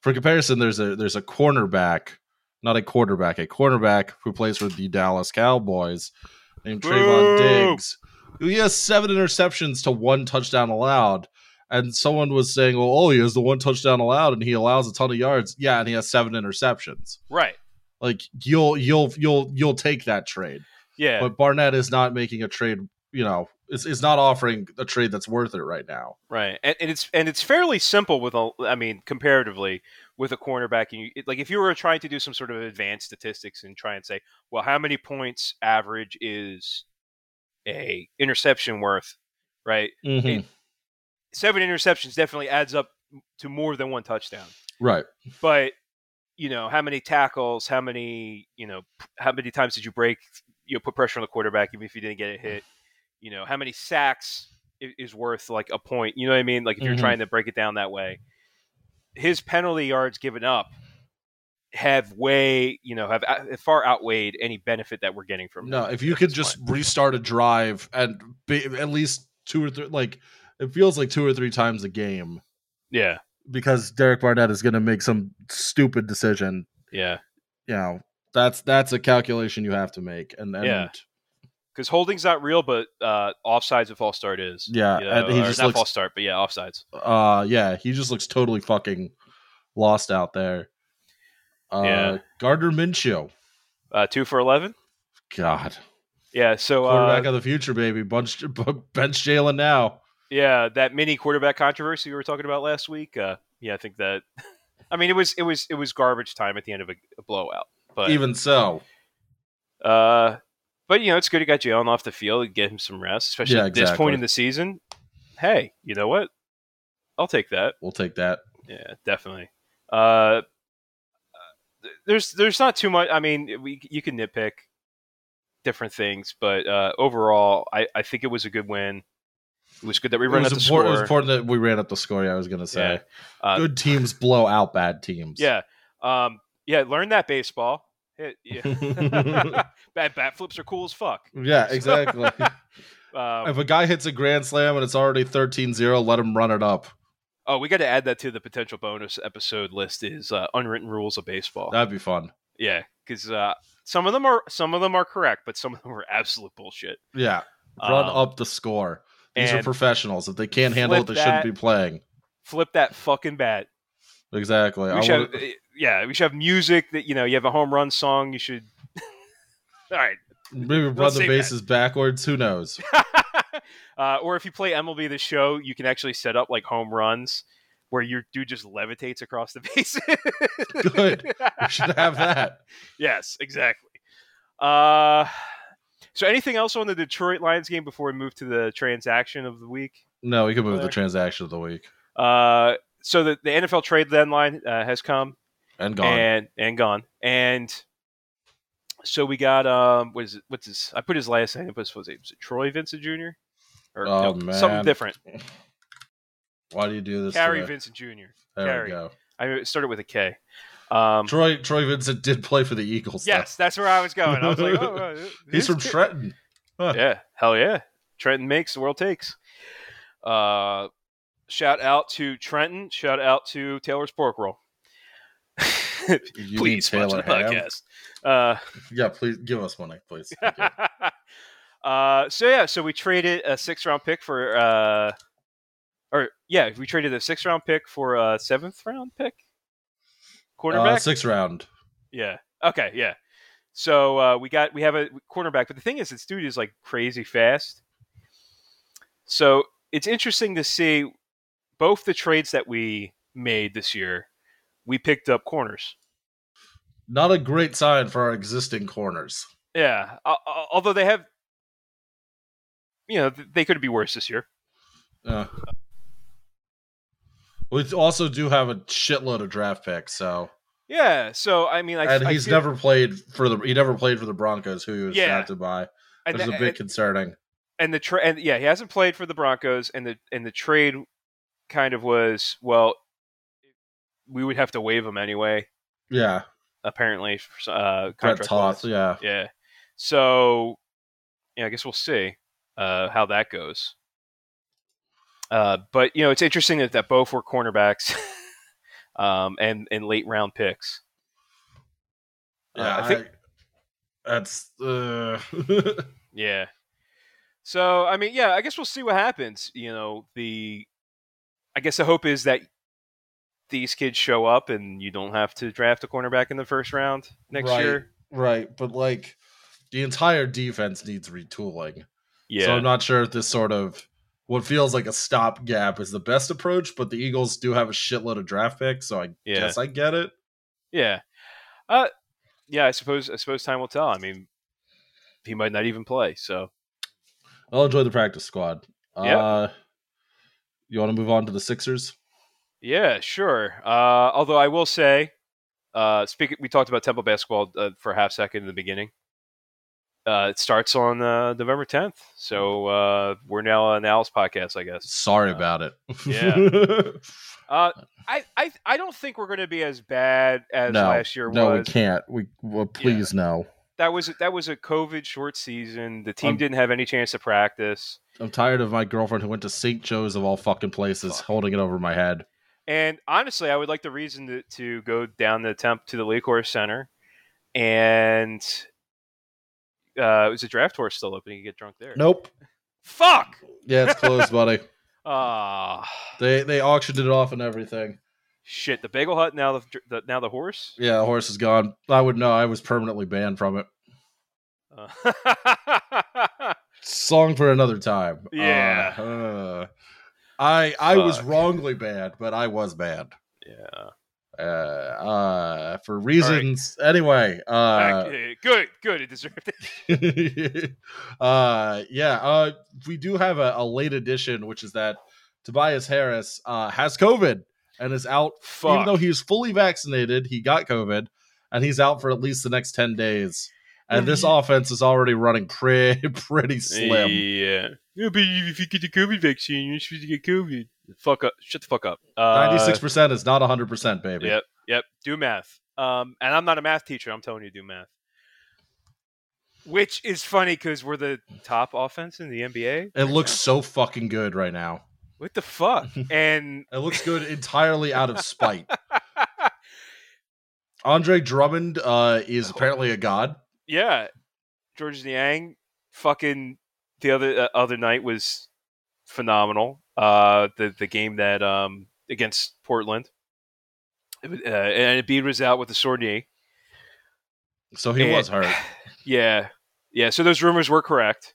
S7: for comparison, there's a there's a cornerback, not a quarterback, a cornerback who plays for the Dallas Cowboys named Trayvon
S2: Boo!
S7: Diggs. who He has seven interceptions to one touchdown allowed. And someone was saying, Well, oh, he has the one touchdown allowed and he allows a ton of yards. Yeah, and he has seven interceptions.
S2: Right.
S7: Like you'll you'll you'll you'll take that trade.
S2: Yeah.
S7: But Barnett is not making a trade, you know, is, is not offering a trade that's worth it right now.
S2: Right, and, and it's and it's fairly simple with a, I mean, comparatively with a cornerback, and you it- like if you were trying to do some sort of advanced statistics and try and say, well, how many points average is a interception worth, right?
S7: Mhm.
S2: Seven interceptions definitely adds up to more than one touchdown,
S7: Right.
S2: but you know how many tackles, how many you know p- how many times did you break, you know, put pressure on the quarterback even if you didn't get a
S7: Mm-hmm.
S2: hit, you know how many sacks i- is worth like a point. You know what I mean? Like if you're
S7: Mhm.
S2: trying to break it down that way, his penalty yards given up have way you know have, out- have far outweighed any benefit that we're getting from him
S7: No, if you
S2: at
S7: could
S2: this
S7: just
S2: point.
S7: restart a drive and be, at least two or three, like it feels like two or three times a game
S2: yeah
S7: because Derek Barnett is going to make some stupid decision.
S2: yeah
S7: You know, that's that's a calculation you have to make, and, and
S2: Yeah. because holding's not real but uh offsides and false start is
S7: Yeah,
S2: you
S7: and he
S2: or
S7: just
S2: not
S7: looks-
S2: false start but yeah offsides
S7: uh, yeah, he just looks totally fucking lost out there. Uh,
S2: Yeah.
S7: Gardner Minshew,
S2: uh two for 11
S7: God,
S2: yeah so uh,
S7: quarterback of the future, baby. Bunch, bench Jalen now.
S2: Yeah, that mini quarterback controversy we were talking about last week. Uh, yeah, I think that. I mean, it was it was it was garbage time at the end of a, a blowout. But
S7: Even so,
S2: uh, but you know, it's good he got Jalen off the field and get him some rest, especially
S7: Yeah,
S2: at this
S7: exactly.
S2: point in the season. Hey, you know what? I'll take that.
S7: we'll take that.
S2: Yeah, definitely. Uh, th- there's there's not too much. I mean, we you can nitpick different things, but uh, overall, I I think it was a good win. It was good that we
S7: It
S2: ran
S7: was,
S2: out the
S7: important, it was
S2: score.
S7: important that we ran up the score. Yeah, I was going to say.
S2: Yeah. Uh,
S7: good teams blow out bad teams.
S2: Yeah. Um, yeah. Learn that baseball. Hit- yeah. Bad bat flips are cool as fuck.
S7: Yeah, exactly.
S2: Um,
S7: if a guy hits a grand slam and it's already 13-0, let him run it up.
S2: oh, we got to add that to the potential bonus episode list is uh, unwritten rules of baseball.
S7: That'd be fun.
S2: yeah, because uh, some of them are some of them are correct, but some of them are absolute bullshit.
S7: Yeah. Run
S2: Um,
S7: up the score. These are
S2: and
S7: professionals. If they can't handle it, they
S2: flip
S7: shouldn't
S2: that-
S7: be playing.
S2: Flip that fucking bat.
S7: Exactly. I
S2: we should
S7: wanna-
S2: have, eh, yeah, we should have music that you know. You have a home run song. You should. All right.
S7: maybe run
S2: we'll
S7: the
S2: save that.
S7: bases backwards. Who knows?
S2: uh, or if you play MLB the show, you can actually set up like home runs. where your dude just levitates across the basin.
S7: Good. We should have that.
S2: Yes, exactly. Uh, so anything else on the Detroit Lions game before we move to the transaction of the week?
S7: No, we can move the
S2: There.
S7: transaction of the week
S2: Uh, so the, the NFL trade deadline uh, has come
S7: and gone.
S2: and and gone, and so we got um, what is it, what's his? I put his last name. But was it, was it Troy Vincent Jr. or
S7: Oh,
S2: something
S7: man.
S2: different?
S7: Why do you do this?
S2: Carrie
S7: today?
S2: Vincent Jr.
S7: there
S2: Carey.
S7: we go.
S2: I it started with a K. Um,
S7: Troy Troy Vincent did play for the Eagles. though.
S2: yes, that's where I was going. I was like, oh, uh,
S7: he's
S2: this
S7: from
S2: kid-
S7: Trenton.
S2: yeah, hell yeah. Trenton makes, the world takes. Uh, shout out to Trenton. Shout out to Taylor's Pork Roll.
S7: You
S2: Please
S7: need
S2: sponsor the
S7: Ham.
S2: podcast. Uh,
S7: Yeah, please give us money, please. Thank you. Uh,
S2: uh, so yeah, so we traded a six round pick for, uh, or yeah, we traded a six round pick for a seventh round pick. Quarterback.
S7: Uh, sixth round.
S2: Yeah. Okay. Yeah. So uh, we got we have a cornerback, but the thing is, this dude is like crazy fast. So it's interesting to see both the trades that we made this year. We picked up corners.
S7: Not a great sign for our existing corners.
S2: Yeah. al- al- although they have, you know, th- they could be worse this year.
S7: Uh, we also do have a shitload of draft picks, so
S2: Yeah. So I mean, I,
S7: and
S2: I
S7: he's
S2: feel-
S7: never played for the he never played for the Broncos, who he was
S2: Yeah.
S7: drafted by.
S2: and
S7: There's a
S2: th-
S7: bit concerning.
S2: and the tra- and yeah, he hasn't played for the Broncos, and the and the trade kind of was well, we would have to waive him anyway.
S7: Yeah,
S2: apparently for s- uh
S7: Brett
S2: contract
S7: Toth.
S2: wise.
S7: Yeah,
S2: yeah so yeah i guess we'll see uh how that goes uh but you know it's interesting that, that both were cornerbacks um and and late round picks Uh,
S7: yeah.
S2: i think
S7: that's uh,
S2: yeah so i mean yeah i guess we'll see what happens you know the i guess the hope is that these kids show up and you don't have to draft a cornerback in the first round next
S7: Right.
S2: year
S7: right, but like the entire defense needs retooling.
S2: yeah
S7: So I'm not sure if this sort of what feels like a stopgap is the best approach, but the Eagles do have a shitload of draft picks, so I
S2: Yeah.
S7: guess I get it.
S2: Yeah. Uh yeah, I suppose I suppose time will tell. I mean he might not even play, so
S7: I'll enjoy the practice squad.
S2: Yeah.
S7: Uh, you want to move on to the Sixers?
S2: yeah, sure. Uh although I will say uh speak we talked about Temple basketball uh, for a half second in the beginning. Uh it starts on uh November 10th. So uh we're now an Alice podcast, I guess.
S7: Sorry
S2: Uh,
S7: about it.
S2: yeah. Uh I I I don't think we're going to be as bad as
S7: no,
S2: last year
S7: no,
S2: was.
S7: we can't. We well, please no.
S2: That was that was a COVID short season. The team
S7: I'm-
S2: didn't have any chance to practice.
S7: I'm tired of my girlfriend who went to St. Joe's of all fucking places
S2: Fuck.
S7: holding it over my head.
S2: And honestly, I would like the reason to, to go down the temp to the Lake Horse Center, and uh, is the draft horse still open? You can get drunk there.
S7: Nope.
S2: Fuck.
S7: Yeah, it's closed, buddy.
S2: Ah,
S7: They they auctioned it off and everything.
S2: shit. The Bagel Hut now the, the now the horse.
S7: Yeah, the horse is gone. I would know. I was permanently banned from it.
S2: Uh,
S7: song for another time.
S2: Yeah.
S7: Uh, uh, I I was
S2: Fuck.
S7: wrongly bad, but I was bad.
S2: yeah.
S7: Uh, uh, for reasons. Anyway, uh,
S2: Okay, good. Good. It deserved it.
S7: uh, yeah. Uh, we do have a, a late addition, which is that Tobias Harris uh, has COVID and is out. Even
S2: Fuck.
S7: though he was fully vaccinated, he got COVID, and he's out for at least the next ten days. And this
S2: Mm-hmm.
S7: offense is already running pretty pretty slim.
S2: Yeah. Yeah, but if you get the COVID vaccine, you're supposed to get COVID. Fuck up. Shut the fuck up. Uh,
S7: Ninety-six percent is not hundred percent, baby.
S2: Yep, yep. Do math. Um, and I'm not a math teacher. I'm telling you, do math. Which is funny because we're the top offense in the NBA.
S7: It looks so fucking good right now.
S2: What the fuck? and
S7: It looks good entirely out of spite. Andre Drummond uh, is apparently a god.
S2: yeah, George Niang, fucking the other uh, other night was phenomenal. Uh, the the game that um against Portland, It was- uh, and Embiid was out with a sore knee.
S7: So he
S2: Yeah.
S7: was hurt.
S2: Yeah, yeah. So those rumors were correct.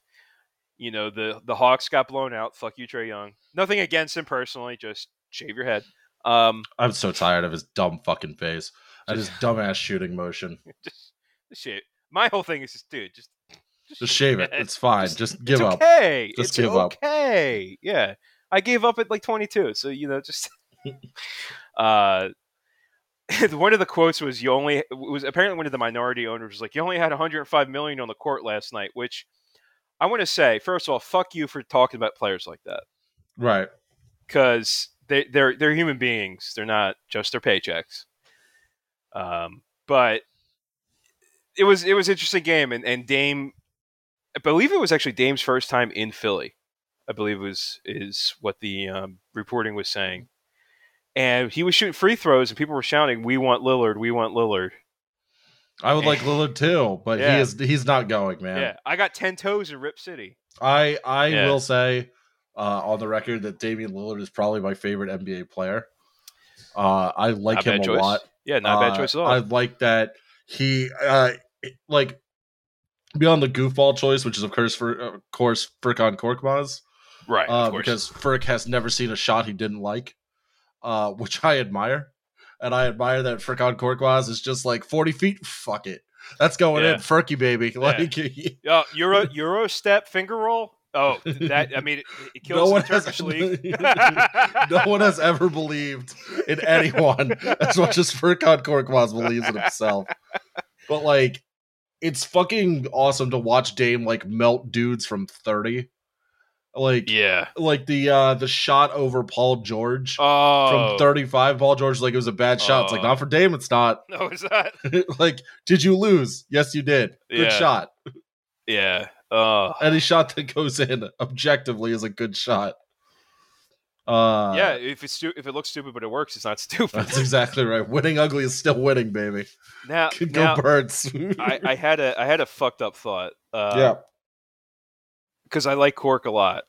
S2: You know, the the Hawks got blown out. Fuck you, Trey Young. Nothing against him personally. Just shave your head. Um,
S7: I'm so tired of his dumb fucking face and his dumbass shooting motion.
S2: just shit. My whole thing is just, dude, just
S7: Just shave it. It's fine.
S2: Just-
S7: Just give
S2: it's
S7: up.
S2: Okay.
S7: Just
S2: it's
S7: give up.
S2: okay. Yeah. I gave up at like 22. So, you know, just. uh, one of the quotes was you only it was apparently one of the minority owners was like you only had 105 million on the court last night which i want to say first of all fuck you for talking about players like that
S7: Right.
S2: because they, they're they're human beings. They're not just their paychecks. Um, but it was it was an interesting game, and, and Dame, I believe it was actually Dame's first time in Philly. I believe was is what the um, reporting was saying, and he was shooting free throws, and people were shouting, "We want Lillard! We want Lillard!"
S7: I would like Lillard too, but
S2: Yeah.
S7: he is he's not going, man.
S2: Yeah, I got ten toes in Rip City.
S7: I I
S2: Yeah.
S7: will say uh, on the record that Damian Lillard is probably my favorite NBA player. Uh, I like
S2: not
S7: him
S2: bad
S7: a
S2: choice.
S7: lot.
S2: Yeah, not a
S7: Uh,
S2: bad choice at all.
S7: I like that he uh, it- like beyond the goofball choice, which is of course for uh, of course Frick on Korkmaz,
S2: right,
S7: uh,
S2: of course.
S7: because Frick has never seen a shot he didn't like, uh, which I admire, and I admire that Frick on Korkmaz is just like forty feet. Fuck it, that's going
S2: Yeah.
S7: in, Furky baby. Like
S2: Oh, Euro Euro step finger roll. Oh, that I mean, it, it kills
S7: No
S2: the
S7: one has-
S2: Turkish league.
S7: no one has ever believed in anyone as much as Furkan Korkmaz believes in himself. But like, it's fucking awesome to watch Dame like melt dudes from thirty. Like,
S2: Yeah.
S7: like the uh the shot over Paul George
S2: Oh.
S7: from thirty five. Paul George like it was a bad shot. It's like
S2: Oh.
S7: not for Dame. It's not.
S2: No, it's not.
S7: like, did you lose? Yes, you did. Good
S2: Yeah.
S7: shot.
S2: Yeah. Oh.
S7: Any shot that goes in objectively is a good shot. Uh,
S2: yeah. If it's stu- if it looks stupid but it works, it's not stupid.
S7: That's exactly right. Winning ugly is still winning, baby.
S2: now,
S7: Go
S2: now
S7: birds.
S2: I, I had a I had a fucked up thought. Uh,
S7: yeah.
S2: Because I like Cork a lot.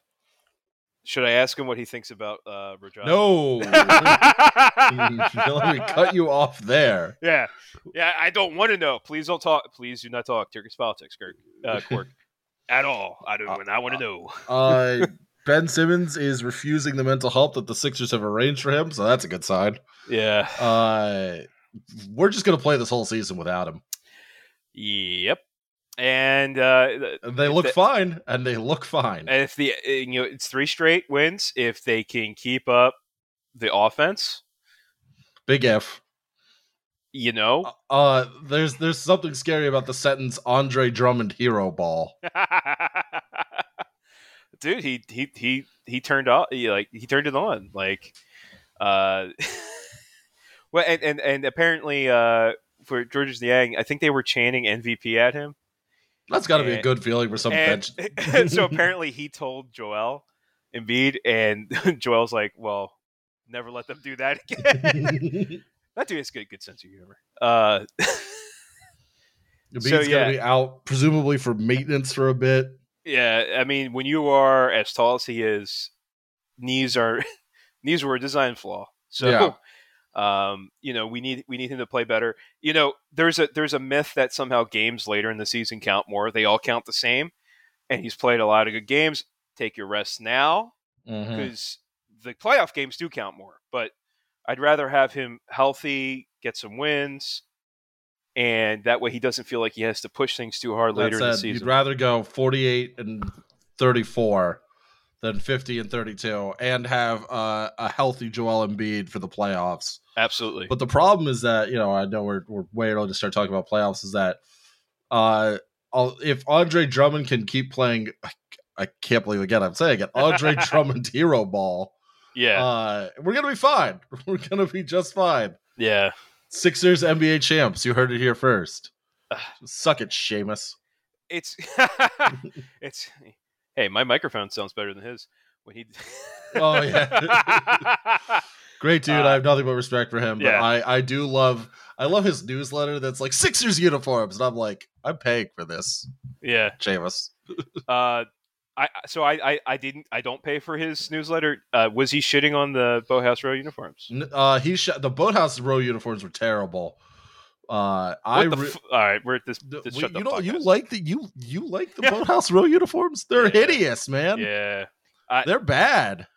S2: Should I ask him what he thinks about uh, Rajah?
S7: No. Hillary cut you off there.
S2: Yeah. Yeah. I don't want to know. Please don't talk. Please do not talk Turkish politics, Kirk. Uh, Cork. At all. I don't. I want to know.
S7: Uh, ben Simmons is refusing the mental help that the Sixers have arranged for him, so that's a good sign.
S2: Yeah.
S7: Uh, we're just gonna play this whole season without him.
S2: Yep. And uh, th-
S7: And They look
S2: Th-
S7: fine, and they look fine.
S2: if the uh, you know it's three straight wins, if they can keep up the offense,
S7: Big F.
S2: you know,
S7: Uh, there's there's something scary about the sentence Andre Drummond hero ball.
S2: dude, he he he he turned on he, like he turned it on like, uh, well, and and and apparently uh for George's Yang, I think they were chanting MVP at him.
S7: That's got to be a
S2: And-
S7: good feeling for some bench.
S2: And, so apparently he told Joel Embiid, and Joel's like, "Well, never let them do that again." that dude has good, good sense of humor. Uh,
S7: The
S2: So,
S7: beat's
S2: yeah.
S7: gonna be out presumably for maintenance for a bit.
S2: yeah, I mean, when you are as tall as he is, knees are knees were a design flaw. So, um, you know, we need we need him to play better. You know, there's a there's a myth that somehow games later in the season count more. They all count the same, and he's played a lot of good games. Take your rest now.
S7: Mm-hmm.
S2: because the playoff games do count more. But I'd rather have him healthy, get some wins, and that way he doesn't feel like he has to push things too hard
S7: That
S2: later in the
S7: said, you'd
S2: season.
S7: rather go 48 and 34 than 50 and 32 and have uh, a healthy Joel Embiid for the playoffs.
S2: Absolutely.
S7: But the problem is that, you know, I know we're, we're way early to start talking about playoffs, is that uh, I'll- if Andre Drummond can keep playing, I can't believe again I'm saying it, Andre Drummond hero ball,
S2: yeah,
S7: uh, we're going to be fine. We're going to be just fine.
S2: yeah.
S7: Sixers NBA champs. You heard it here first.
S2: Ugh.
S7: Suck it, Seamus.
S2: It's it's. Hey, my microphone sounds better than his when he.
S7: Oh, yeah. Great dude.
S2: Uh,
S7: I have nothing but respect for him. But
S2: yeah.
S7: I, I do love I love his newsletter that's like Sixers uniforms. And I'm like, I'm paying for this,
S2: yeah.
S7: Seamus.
S2: Uh, I so I, I I didn't I don't pay for his newsletter. Uh, was he shitting on the Bohouse Row uniforms?
S7: N- Uh he sh- the boathouse row uniforms were terrible. Uh I
S2: What the
S7: re-
S2: f- all right, we're at this.
S7: the-
S2: this
S7: we-
S2: shut the
S7: you know you
S2: podcast.
S7: like the you you like the boathouse row uniforms? They're
S2: Yeah.
S7: hideous, man.
S2: Yeah,
S7: They're bad.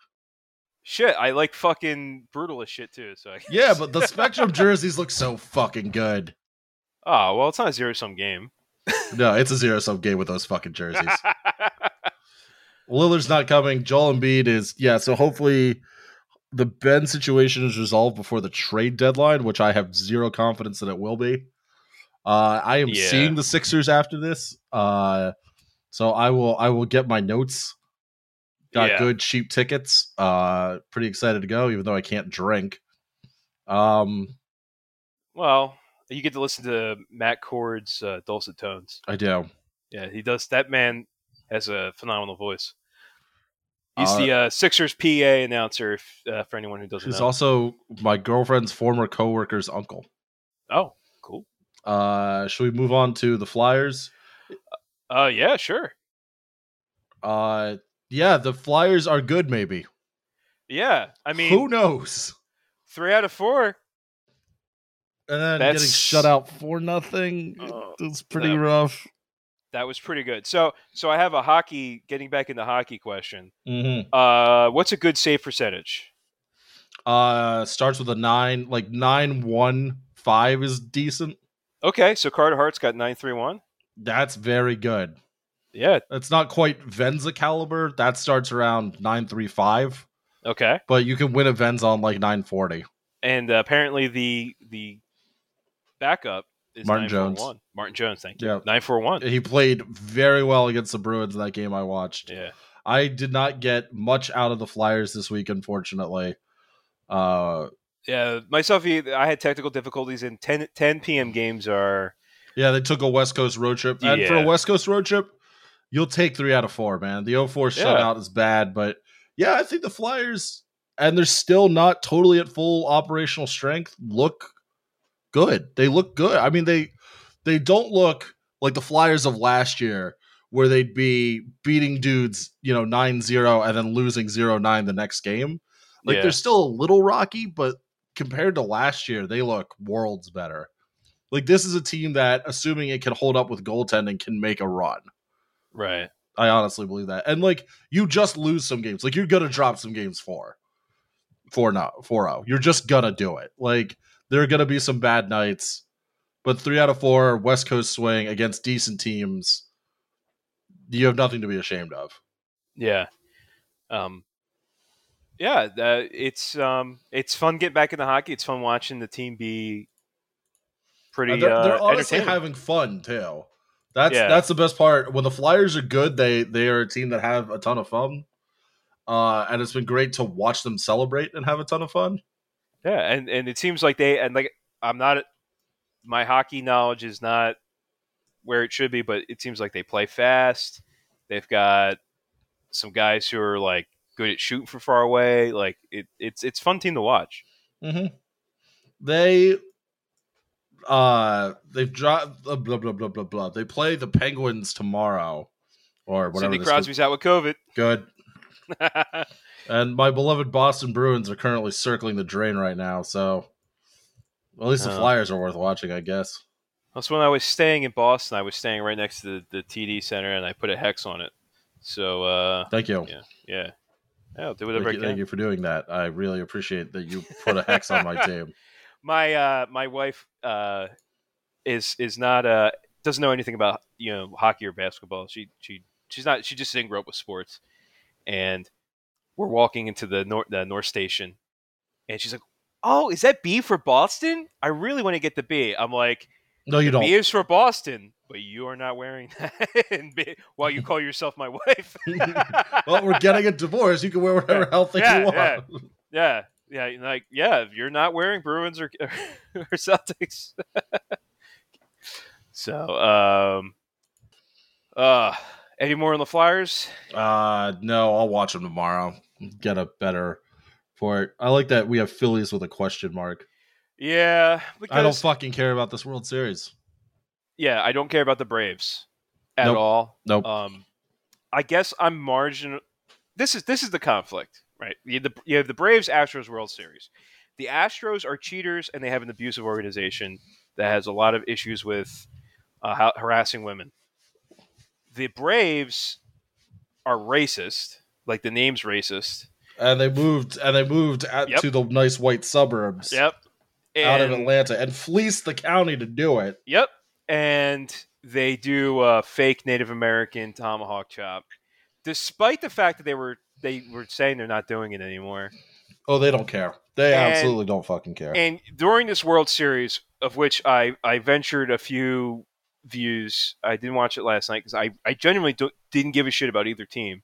S2: shit, I like fucking brutal as shit too. So I guess.
S7: Yeah, but the Spectrum jerseys look so fucking good.
S2: oh well, it's not a zero sum game.
S7: No, it's a zero sum game with those fucking jerseys. Lillard's not coming. Joel Embiid is yeah. So hopefully, the Ben situation is resolved before the trade deadline, which I have zero confidence that it will be. Uh, I am
S2: Yeah.
S7: seeing the Sixers after this, uh, so I will I will get my notes. Got
S2: Yeah.
S7: good cheap tickets. Uh, pretty excited to go, even though I can't drink. Um,
S2: well, you get to listen to Matt Cord's uh, dulcet tones.
S7: I do.
S2: Yeah, he does. That man has a phenomenal voice. He's
S7: Uh,
S2: the uh, Sixers PA announcer. If, uh, for anyone who doesn't
S7: He's
S2: know,
S7: also my girlfriend's former coworker's uncle.
S2: oh, cool.
S7: Uh, should we move on to the Flyers?
S2: Uh, yeah, sure.
S7: Uh, yeah, the Flyers are good. Maybe
S2: Yeah, I mean,
S7: who knows?
S2: three out of four.
S7: And then getting
S2: That's-
S7: shut out for nothing.
S2: Oh,
S7: it's pretty
S2: that-
S7: rough.
S2: That was pretty good. So, so I have a hockey. Getting back into hockey question.
S7: Mm-hmm.
S2: Uh, what's a good save percentage?
S7: Uh, starts with a nine, like nine one five is decent.
S2: Okay, so Carter Hart's got nine three one.
S7: That's very good.
S2: Yeah.
S7: That's not quite Venza caliber. That starts around nine three five,
S2: Okay.
S7: but you can win a Venza on like nine forty.
S2: And uh, apparently the the backup is
S7: Martin Jones.
S2: 941. Martin Jones. Thank you.
S7: Yeah.
S2: Nine four one.
S7: He played very well against the Bruins in that game I watched.
S2: Yeah.
S7: I did not get much out of the Flyers this week, unfortunately. Uh,
S2: Yeah. Myself, I had technical difficulties, and 10, 10 p.m. games are.
S7: Yeah, they took a West Coast road trip. And for a
S2: Yeah.
S7: West Coast road trip, you'll take three out of four, man. The 04
S2: Yeah.
S7: shutout is bad, but yeah, I think the Flyers, and they're still not totally at full operational strength, look good. They look good. I mean, they they don't look like the Flyers of last year, where they'd be beating dudes, you know, 9 0 and then losing 0 9 the next game. Like
S2: Yeah.
S7: they're still a little rocky, but compared to last year, they look worlds better. Like this is a team that, assuming it can hold up with goaltending, can make a run.
S2: Right.
S7: I honestly believe that. And like you just lose some games. Like you're gonna drop some games four. Four not four oh. You're just gonna do it. Like there are gonna be some bad nights, but three out of four West Coast swing against decent teams. You have nothing to be ashamed of.
S2: Yeah. Um, yeah, uh, it's um, it's fun getting back into hockey. It's fun watching the team be pretty.
S7: And they're,
S2: uh,
S7: they're honestly
S2: entertaining.
S7: having fun too. That's
S2: Yeah.
S7: that's the best part. When the Flyers are good, they they are a team that have a ton of fun. Uh, and it's been great to watch them celebrate and have a ton of fun.
S2: Yeah, and and it seems like they and like I'm not my hockey knowledge is not where it should be, but it seems like they play fast. They've got some guys who are like good at shooting from far away. Like it, it's it's a fun team to watch.
S7: hmm They uh they've dropped blah blah blah blah blah blah. They play the Penguins tomorrow or whatever.
S2: Sidney
S7: this
S2: Crosby's out with COVID.
S7: is. good. And my beloved Boston Bruins are currently circling the drain right now, so well, at least the
S2: Oh.
S7: Flyers are worth watching, I guess.
S2: That's when I was staying in Boston. I was staying right next to the, the TD Center, and I put a hex on it. So uh,
S7: Thank you.
S2: Yeah, yeah, yeah. I'll do whatever
S7: Thank you,
S2: I can.
S7: thank you for doing that. I really appreciate that you put a hex on my team.
S2: my uh my wife uh is is not uh doesn't know anything about you know hockey or basketball she she she's not she just didn't grow up with sports and we're walking into the north the north station and she's like oh is that b for boston i really want to get the b i'm like
S7: No, you
S2: b
S7: don't.
S2: is for boston but you are not wearing that and b, while you call yourself my wife
S7: Well, we're getting a divorce. You can wear whatever
S2: Yeah,
S7: health thing
S2: yeah,
S7: you want.
S2: yeah. yeah yeah and like yeah if you're not wearing bruins or, or celtics so um uh any more on the flyers
S7: Uh no, I'll watch them tomorrow. Get a better for it. I like that we have Phillies with a question mark.
S2: yeah because,
S7: I don't fucking care about this World Series.
S2: yeah i don't care about the braves at
S7: Nope.
S2: all
S7: Nope.
S2: um i guess i'm marginal this is this is the conflict right you have the, you have the braves astros world series the astros are cheaters and they have an abusive organization that has a lot of issues with uh, ha- harassing women the braves are racist like the name's racist
S7: and they moved and they moved out
S2: Yep.
S7: to the nice white suburbs
S2: Yep. And,
S7: out of Atlanta and fleeced the county to do it.
S2: Yep. And they do a fake Native American tomahawk chop, despite the fact that they were they were saying they're not doing it anymore.
S7: Oh, they don't care. They
S2: And-
S7: absolutely don't fucking care.
S2: And during this World Series, of which I I ventured a few views, I didn't watch it last night because I I genuinely do, didn't give a shit about either team.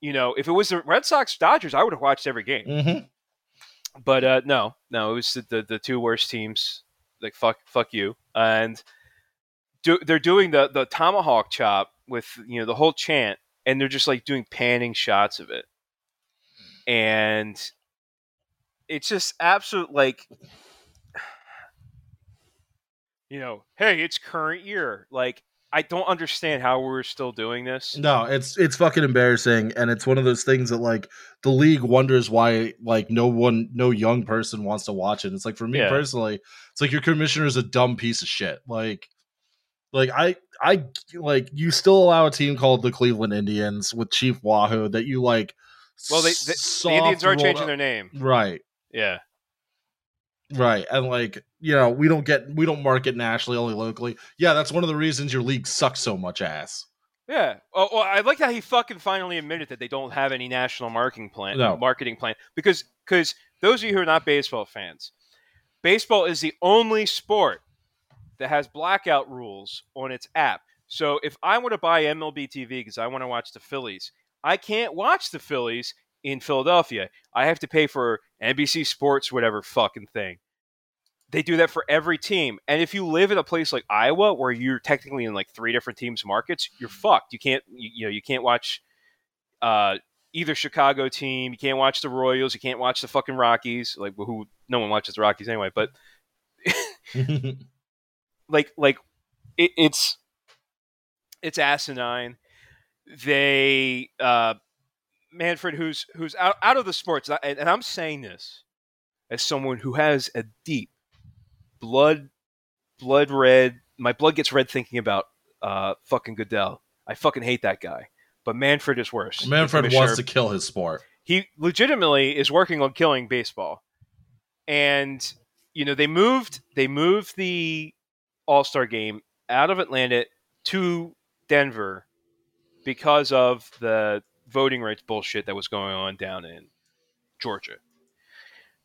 S2: You know, if it was the Red Sox Dodgers, I would have watched every game.
S7: Mhm.
S2: but uh, no, no, it was the, the the two worst teams. Like fuck, fuck you, and do, they're doing the the tomahawk chop with you know the whole chant, and they're just like doing panning shots of it, and it's just absolute like. You know, hey, it's current year. Like, I don't understand how we're still doing this.
S7: No, it's it's fucking embarrassing, and it's one of those things that like the league wonders why like no one, no young person wants to watch it. It's like for me
S2: Yeah.
S7: personally, it's like your commissioner is a dumb piece of shit. Like, like I I like you still allow a team called the Cleveland Indians with Chief Wahoo that you like.
S2: Well, they, they the Indians are changing their name.
S7: name. right.
S2: Yeah,
S7: Right. And like, you know, we don't get we don't market nationally, only locally. Yeah, that's one of the reasons your league sucks so much ass.
S2: Yeah. Oh, well, I like that he fucking finally admitted that they don't have any national marketing plan.
S7: No.
S2: Marketing plan because because those of you who are not baseball fans, baseball is the only sport that has blackout rules on its app. So if I want to buy MLB TV because I want to watch the Phillies, I can't watch the Phillies in Philadelphia. I have to pay for NBC Sports, whatever fucking thing. They do that for every team. And if you live in a place like Iowa where you're technically in like three different teams' markets, you're fucked. You can't you, you know you can't watch uh, either Chicago team. You can't watch the Royals. You can't watch the fucking Rockies. Like who? No one watches the Rockies anyway. But like like it, it's it's asinine. They uh, Manfred, who's who's out, out of the sports, and, I, and I'm saying this as someone who has a deep blood blood red. My blood gets red thinking about uh, fucking Goodell. I fucking hate that guy. But Manfred is worse. The
S7: Manfred
S2: commissioner-
S7: wants to kill his sport.
S2: he legitimately is working on killing baseball. And you know, they moved they moved the All-Star game out of Atlanta to Denver because of the voting rights bullshit that was going on down in Georgia.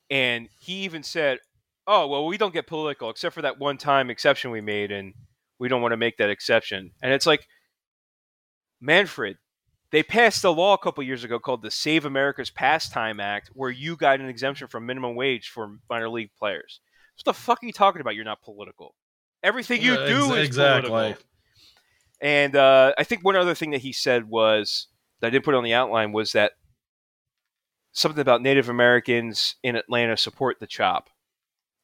S2: And he even said, "Oh, well, we don't get political except for that one time exception we made and we don't want to make that exception." And it's like Manfred, they passed a law a couple years ago called the Save America's Pastime Act, where you got an exemption from minimum wage for minor league players. What the fuck are you talking about? You're not political. Everything you
S7: Yeah,
S2: do
S7: ex-
S2: is
S7: exactly.
S2: political. And uh, I think one other thing that he said was that I didn't put on the outline was that something about Native Americans in Atlanta support the chop,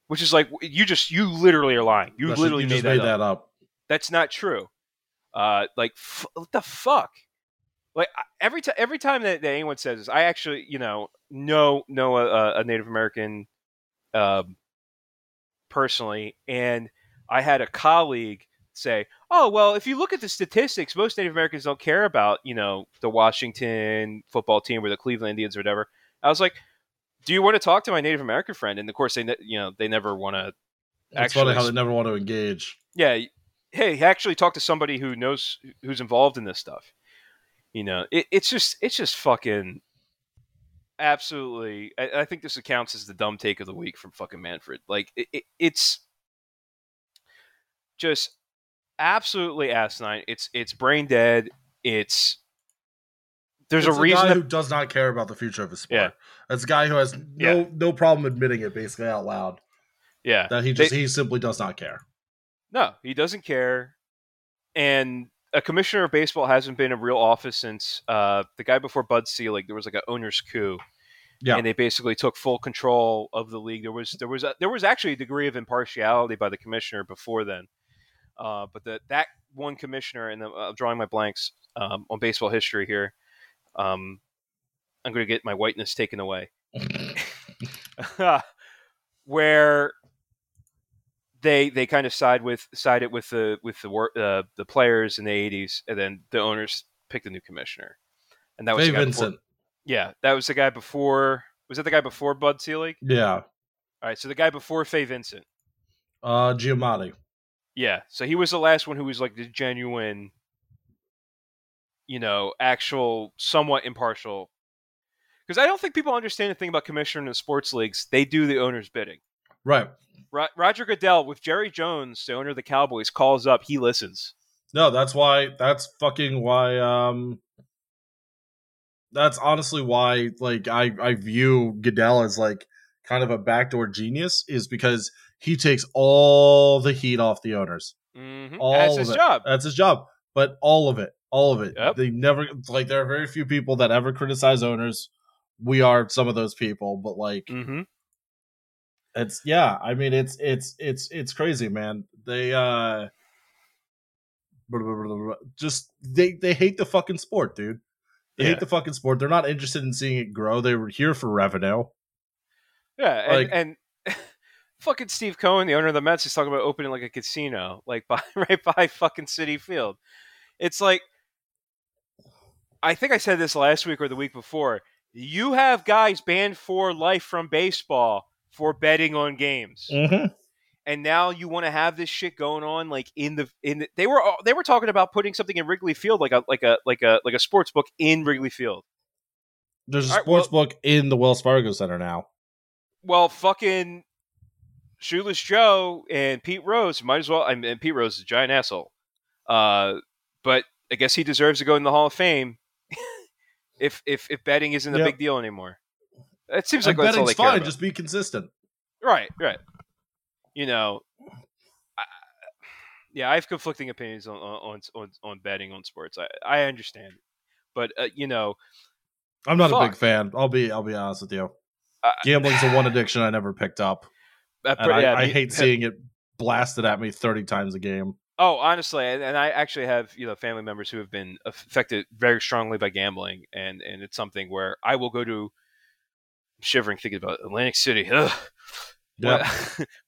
S2: which is like you just you literally are lying. You
S7: That's-
S2: literally
S7: just
S2: made, that, up.
S7: up.
S2: That's not true. Uh, like f- what the fuck? Like I- every time every time that, that anyone says this, I actually you know know know a, a Native American um, personally, and I had a colleague say, "Oh well, if you look at the statistics, most Native Americans don't care about you know the Washington football team or the Cleveland Indians or whatever." I was like, "Do you want to talk to my Native American friend?" And of course, they ne- you know they never want to
S7: It's
S2: Actually,
S7: funny how they never want to engage.
S2: yeah hey actually talk to somebody who knows who's involved in this stuff you know it, it's just it's just fucking absolutely I, I think this accounts as the dumb take of the week from fucking manfred like it, it, it's just absolutely asinine it's it's brain dead it's there's
S7: It's
S2: a reason
S7: guy
S2: that
S7: who does not care about the future of his sport.
S2: Yeah.
S7: That's a guy who has no
S2: Yeah.
S7: no problem admitting it basically out loud.
S2: yeah
S7: That he
S2: They-
S7: just he simply does not care.
S2: No, he doesn't care. And a commissioner of baseball hasn't been in real office since uh, the guy before Bud Selig. There was like an owner's coup,
S7: Yeah.
S2: and they basically took full control of the league. There was there was a, there was actually a degree of impartiality by the commissioner before then, uh, but that that one commissioner, and I'm uh, drawing my blanks um, on baseball history here. Um, I'm going to get my whiteness taken away. Where they they kind of side with sided with the with the wor- uh, the players in the 80s, and then the owners picked a new commissioner, and that was
S7: Faye
S2: the guy before-
S7: Vincent.
S2: Yeah, that was the guy before. Was that the guy before Bud Selig?
S7: Yeah.
S2: All right, so the guy before Faye Vincent.
S7: Uh, Giamatti.
S2: Yeah, so he was the last one who was like the genuine, you know, actual, somewhat impartial. Because I don't think people understand the thing about commissioner in sports leagues. They do the owner's bidding.
S7: Right.
S2: Ro- Roger Goodell, with Jerry Jones, the owner of the Cowboys, calls up. He listens.
S7: No, that's why. That's fucking why. Um, that's honestly why. Like, I I view Goodell as like kind of a backdoor genius is because he takes all the heat off the owners.
S2: Mm-hmm.
S7: All
S2: That's
S7: of
S2: his
S7: it. Uh,
S2: job.
S7: That's his job. But all of it, all of it.
S2: Yep.
S7: They never like. There are very few people that ever criticize owners. We are some of those people, but like,
S2: mm-hmm.
S7: it's yeah i mean it's it's it's it's crazy man they uh blah, blah, blah, blah, just they they hate the fucking sport dude they
S2: Yeah.
S7: hate the fucking sport they're not interested in seeing it grow they were here for revenue
S2: Yeah, and,
S7: Like-
S2: and fucking Steve Cohen, the owner of the Mets, is talking about opening like a casino, like by right by fucking City Field. It's like I think I said this last week or the week before. You have guys banned for life from baseball for betting on games,
S7: mm-hmm.
S2: and now you want to have this shit going on like in the in. The, they were all, they were talking about putting something in Wrigley Field, like a like a like a like a sports book in Wrigley Field.
S7: there's a
S2: All right,
S7: sports book in the wells fargo center now
S2: well, fucking Shoeless Joe and Pete Rose might as well. I mean, Pete Rose is a giant asshole, uh, but I guess he deserves to go in the Hall of Fame if if if betting isn't a
S7: Yep.
S2: big deal anymore. It seems like
S7: and
S2: that's all
S7: betting's
S2: they care
S7: fine
S2: about.
S7: just be consistent
S2: Right, right. You know, I, yeah, I have conflicting opinions on on on, on betting on sports. I I understand, but uh, you know,
S7: i'm not a
S2: Fuck. Uh,
S7: big fan i'll be i'll be honest with you
S2: I-
S7: gambling's the one addiction i never picked up
S2: uh,
S7: and I,
S2: yeah,
S7: I
S2: me-
S7: hate seeing it blasted at me 30 times a game
S2: Oh, honestly, and, and I actually have you know family members who have been affected very strongly by gambling, and and it's something where I will go to I'm shivering thinking about it, Atlantic City. Ugh.
S7: yeah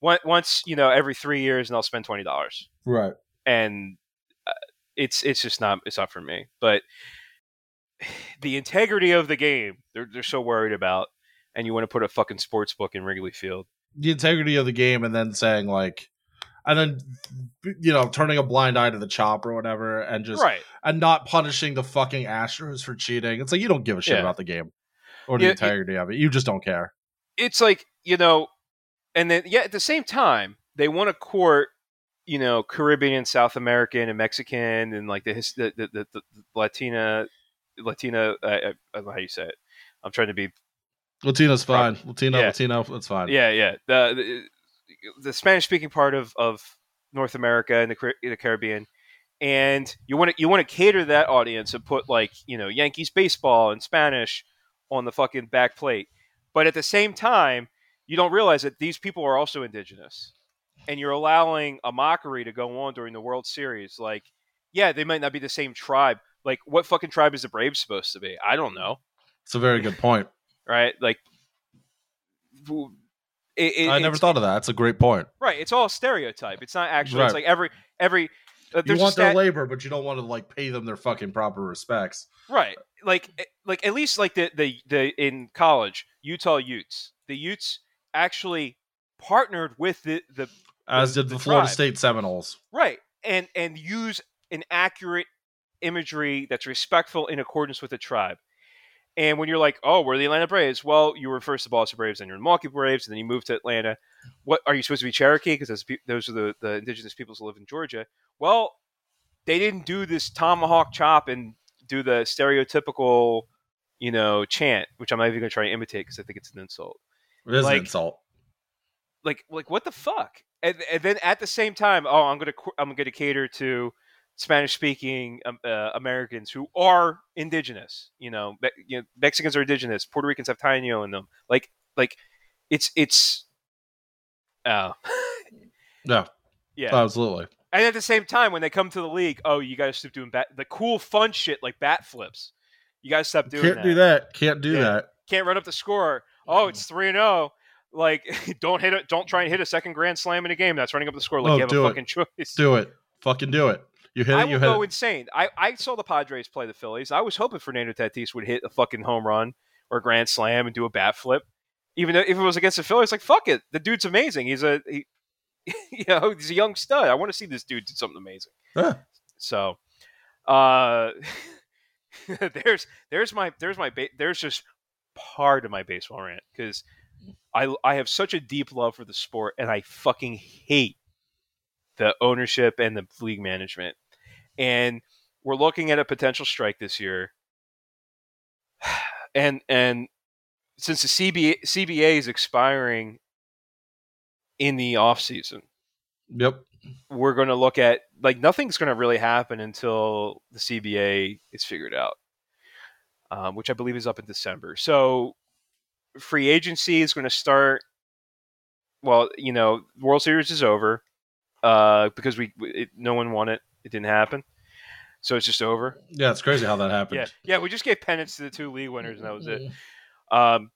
S2: Once- Once you know every three years, and I'll spend twenty dollars,
S7: right
S2: and uh, it's it's just not it's not for me. But the integrity of the game, they're they're so worried about, and you want to put a fucking sports book in Wrigley Field.
S7: the integrity of the game and then saying like and then you know turning a blind eye to the chop or whatever and just
S2: right.
S7: and not punishing the fucking astros for cheating it's like you don't give a shit
S2: Yeah.
S7: about the game or the
S2: Yeah, it-
S7: integrity of it you just don't care
S2: it's like you know, and then yet at the same time they want to court you know Caribbean and South American and Mexican and like the his, the, the, the, the Latina Latina I, I, I don't know how you say it. I'm trying to be
S7: latino's
S2: Prob-
S7: fine latino
S2: yeah.
S7: latino it's fine
S2: yeah yeah the the, the Spanish speaking part of of North America and the, Car- the Caribbean. And you want to you want to cater that audience and put like you know Yankees baseball and Spanish on the fucking back plate, but at the same time you don't realize that these people are also indigenous, and you're allowing a mockery to go on during the World Series. Like, yeah, they might not be the same tribe. Like, what fucking tribe is the Braves supposed to be? I don't know
S7: it's a very good point
S2: right? Like, w- it, it-
S7: i never
S2: it's-
S7: thought of that it's a great point
S2: Right, it's all stereotype. It's not actually. It's
S7: Right.
S2: like every every. Uh,
S7: you
S2: there's
S7: want
S2: just
S7: their
S2: that,
S7: labor but you don't want to like pay them their fucking proper respects
S2: right, like eh, like at least like the the the in college Utah Utes. The Utes actually partnered with the the
S7: as
S2: The-
S7: did the,
S2: the
S7: florida
S2: tribe.
S7: state seminoles
S2: right and and use an accurate imagery that's respectful in accordance with the tribe. And when you're like, oh, we're the Atlanta Braves. Well, you were first the Boston Braves, then you're the Milwaukee Braves, and then you moved to Atlanta. What are you supposed to be Cherokee? Because those are the, the indigenous peoples who live in Georgia. Well, they didn't do this tomahawk chop and do the stereotypical, you know, chant, which I'm not even going to try to imitate because I think it's an insult
S7: it is
S2: Like-
S7: an insult
S2: like like what the fuck and, and then at the same time oh i'm gonna qu- i'm gonna cater to spanish speaking um, uh, americans who are indigenous you know, Me- you know mexicans are indigenous puerto ricans have taino in them like like it's it's uh,
S7: yeah,
S2: yeah
S7: absolutely
S2: and at the same time when they come to the league oh you gotta stop doing bat the cool fun shit like bat flips you gotta stop doing
S7: can't
S2: that
S7: do that can't do
S2: Yeah.
S7: that
S2: can't run up the score. Oh,
S7: Mm-hmm.
S2: it's three and zero. Like, don't hit it. Don't try and hit a second grand slam in a game. That's running up the score. Like,
S7: No,
S2: you have
S7: Oh, do
S2: a
S7: it.
S2: fucking choice.
S7: do it fucking do it you hit
S2: I
S7: it you
S2: will
S7: hit it
S2: go insane. I, I saw the Padres play the Phillies. I was hoping Fernando Tatis would hit a fucking home run or grand slam and do a bat flip. Even though, if it was against the Phillies, like fuck it, the dude's amazing. He's a he, you know he's a young stud. I want to see this dude do something amazing.
S7: Yeah.
S2: So, uh, there's there's my there's my ba- there's just part of my baseball rant because I I have such a deep love for the sport and I fucking hate the ownership and the league management. And we're looking at a potential strike this year. And and since the CBA CBA is expiring in the off season,
S7: Yep.
S2: we're going to look at like nothing's going to really happen until the CBA is figured out, um, which I believe is up in December. So free agency is going to start. Well, you know, World Series is over uh, because we it, no one won it. It didn't happen, so it's just over.
S7: Yeah, it's crazy how that happened.
S2: Yeah, yeah. We just gave pennants to the two league winners, and that was it.
S7: Mm-hmm.
S2: Um,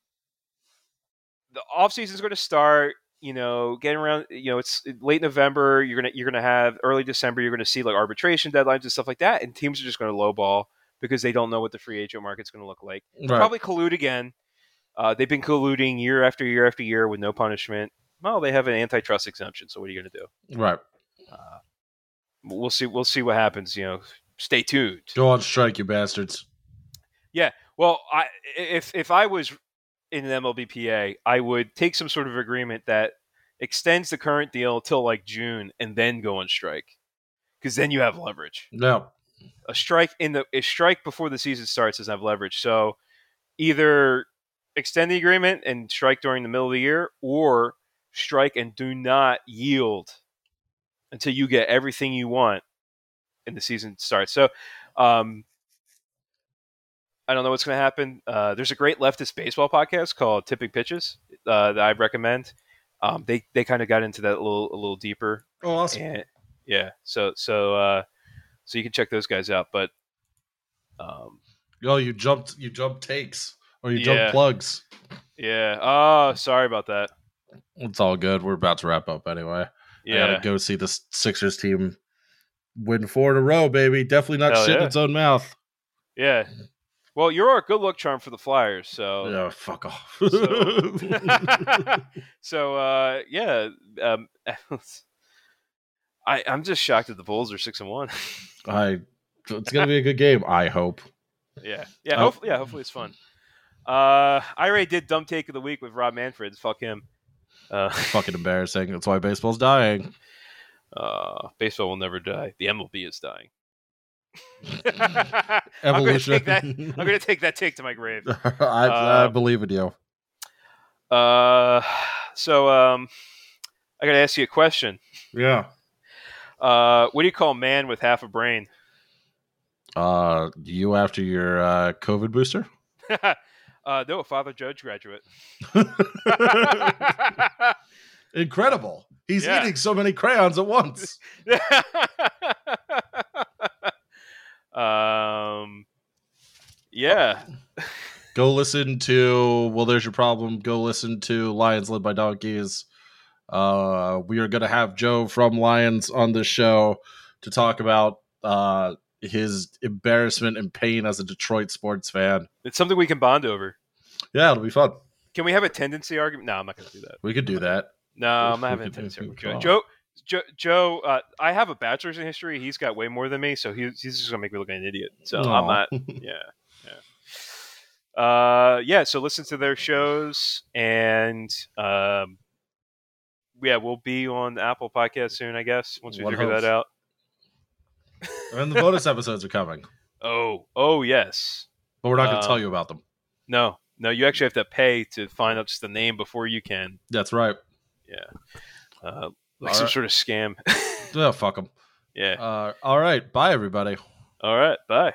S2: the offseason is going to start. You know, getting around. You know, it's late November. You're gonna you're gonna have early December. You're gonna see like arbitration deadlines and stuff like that, and teams are just going to lowball because they don't know what the free agent market's going to look like.
S7: Right.
S2: Probably collude again. Uh, they've been colluding year after year after year with no punishment. Well, they have an antitrust exemption, so what are you going to do?
S7: Right.
S2: We'll see. We'll see what happens. You know, stay tuned.
S7: Go on strike, you bastards.
S2: Well, I if if I was in an MLBPA, I would take some sort of agreement that extends the current deal till like June and then go on strike. Cuz then you have leverage.
S7: No.
S2: A strike in the a strike before the season starts doesn't have leverage. So either extend the agreement and strike during the middle of the year or strike and do not yield until you get everything you want and the season starts. So um I don't know what's going to happen. Uh, there's a great leftist baseball podcast called Tipping Pitches uh, that I recommend. Um, they they kind of got into that a little a little deeper.
S7: Oh, awesome.
S2: And, yeah. So so uh, so you can check those guys out. But um,
S7: Oh, you jumped. You jumped takes or you jumped
S2: Yeah.
S7: plugs.
S2: yeah. Oh, sorry about that.
S7: It's all good. We're about to wrap up anyway. I
S2: Yeah.
S7: gotta go see the Sixers team win four in a row, baby. Definitely not
S2: Hell
S7: shit in
S2: yeah.
S7: its own mouth.
S2: Yeah. Well, you're a good luck charm for the Flyers. So
S7: Oh, fuck off.
S2: So- so uh, yeah. Um, I I'm just shocked that the Bulls are six and one.
S7: I. It's gonna be a good game. I hope.
S2: Yeah, yeah,
S7: Oh.
S2: hopefully, yeah, hopefully it's fun. Uh, I already did dumb take of the week with Rob Manfred. Fuck him. Uh,
S7: Fucking embarrassing. That's why baseball's dying.
S2: uh, baseball will never die. The MLB is dying. I'm gonna
S7: Evolution.
S2: take that. I'm gonna take that take to my grave.
S7: I, I
S2: Uh,
S7: believe in you.
S2: Uh, so um, I gotta ask you a question.
S7: Yeah.
S2: Uh, what do you call a man with half a brain?
S7: Uh, you after your uh, COVID booster?
S2: uh, no, a father judge graduate.
S7: Incredible. He's
S2: Yeah.
S7: eating so many crayons at once.
S2: um, yeah.
S7: go listen to well there's your problem go listen to lions led by donkeys uh we are gonna have joe from lions on this show to talk about uh his embarrassment and pain as a detroit sports fan
S2: It's something we can bond over.
S7: yeah it'll be fun
S2: Can we have a tendency argument? No, I'm not going to do that.
S7: we could do that
S2: No, I'm not having
S7: We
S2: a
S7: could-
S2: tendency
S7: we could
S2: argument. Joe,
S7: talk.
S2: Joe, Joe, Joe uh, I have a bachelor's in history. He's got way more than me, so he, he's just going to make me look like an idiot. So I'm
S7: Aw.
S2: not. Yeah, yeah. Uh, yeah. So listen to their shows, and um, yeah, we'll be on the Apple Podcast soon, I guess. Once we
S7: One
S2: figure
S7: hopes.
S2: that out.
S7: and the bonus episodes are coming
S2: Oh, oh yes.
S7: but we're not gonna
S2: Uh,
S7: tell you about them
S2: No, no. You actually have to pay to find out just the name before you can.
S7: that's right
S2: Uh, like
S7: All
S2: some
S7: right. Uh,
S2: sort of scam.
S7: yeah fuck them
S2: yeah.
S7: uh all right bye everybody
S2: All right. Bye.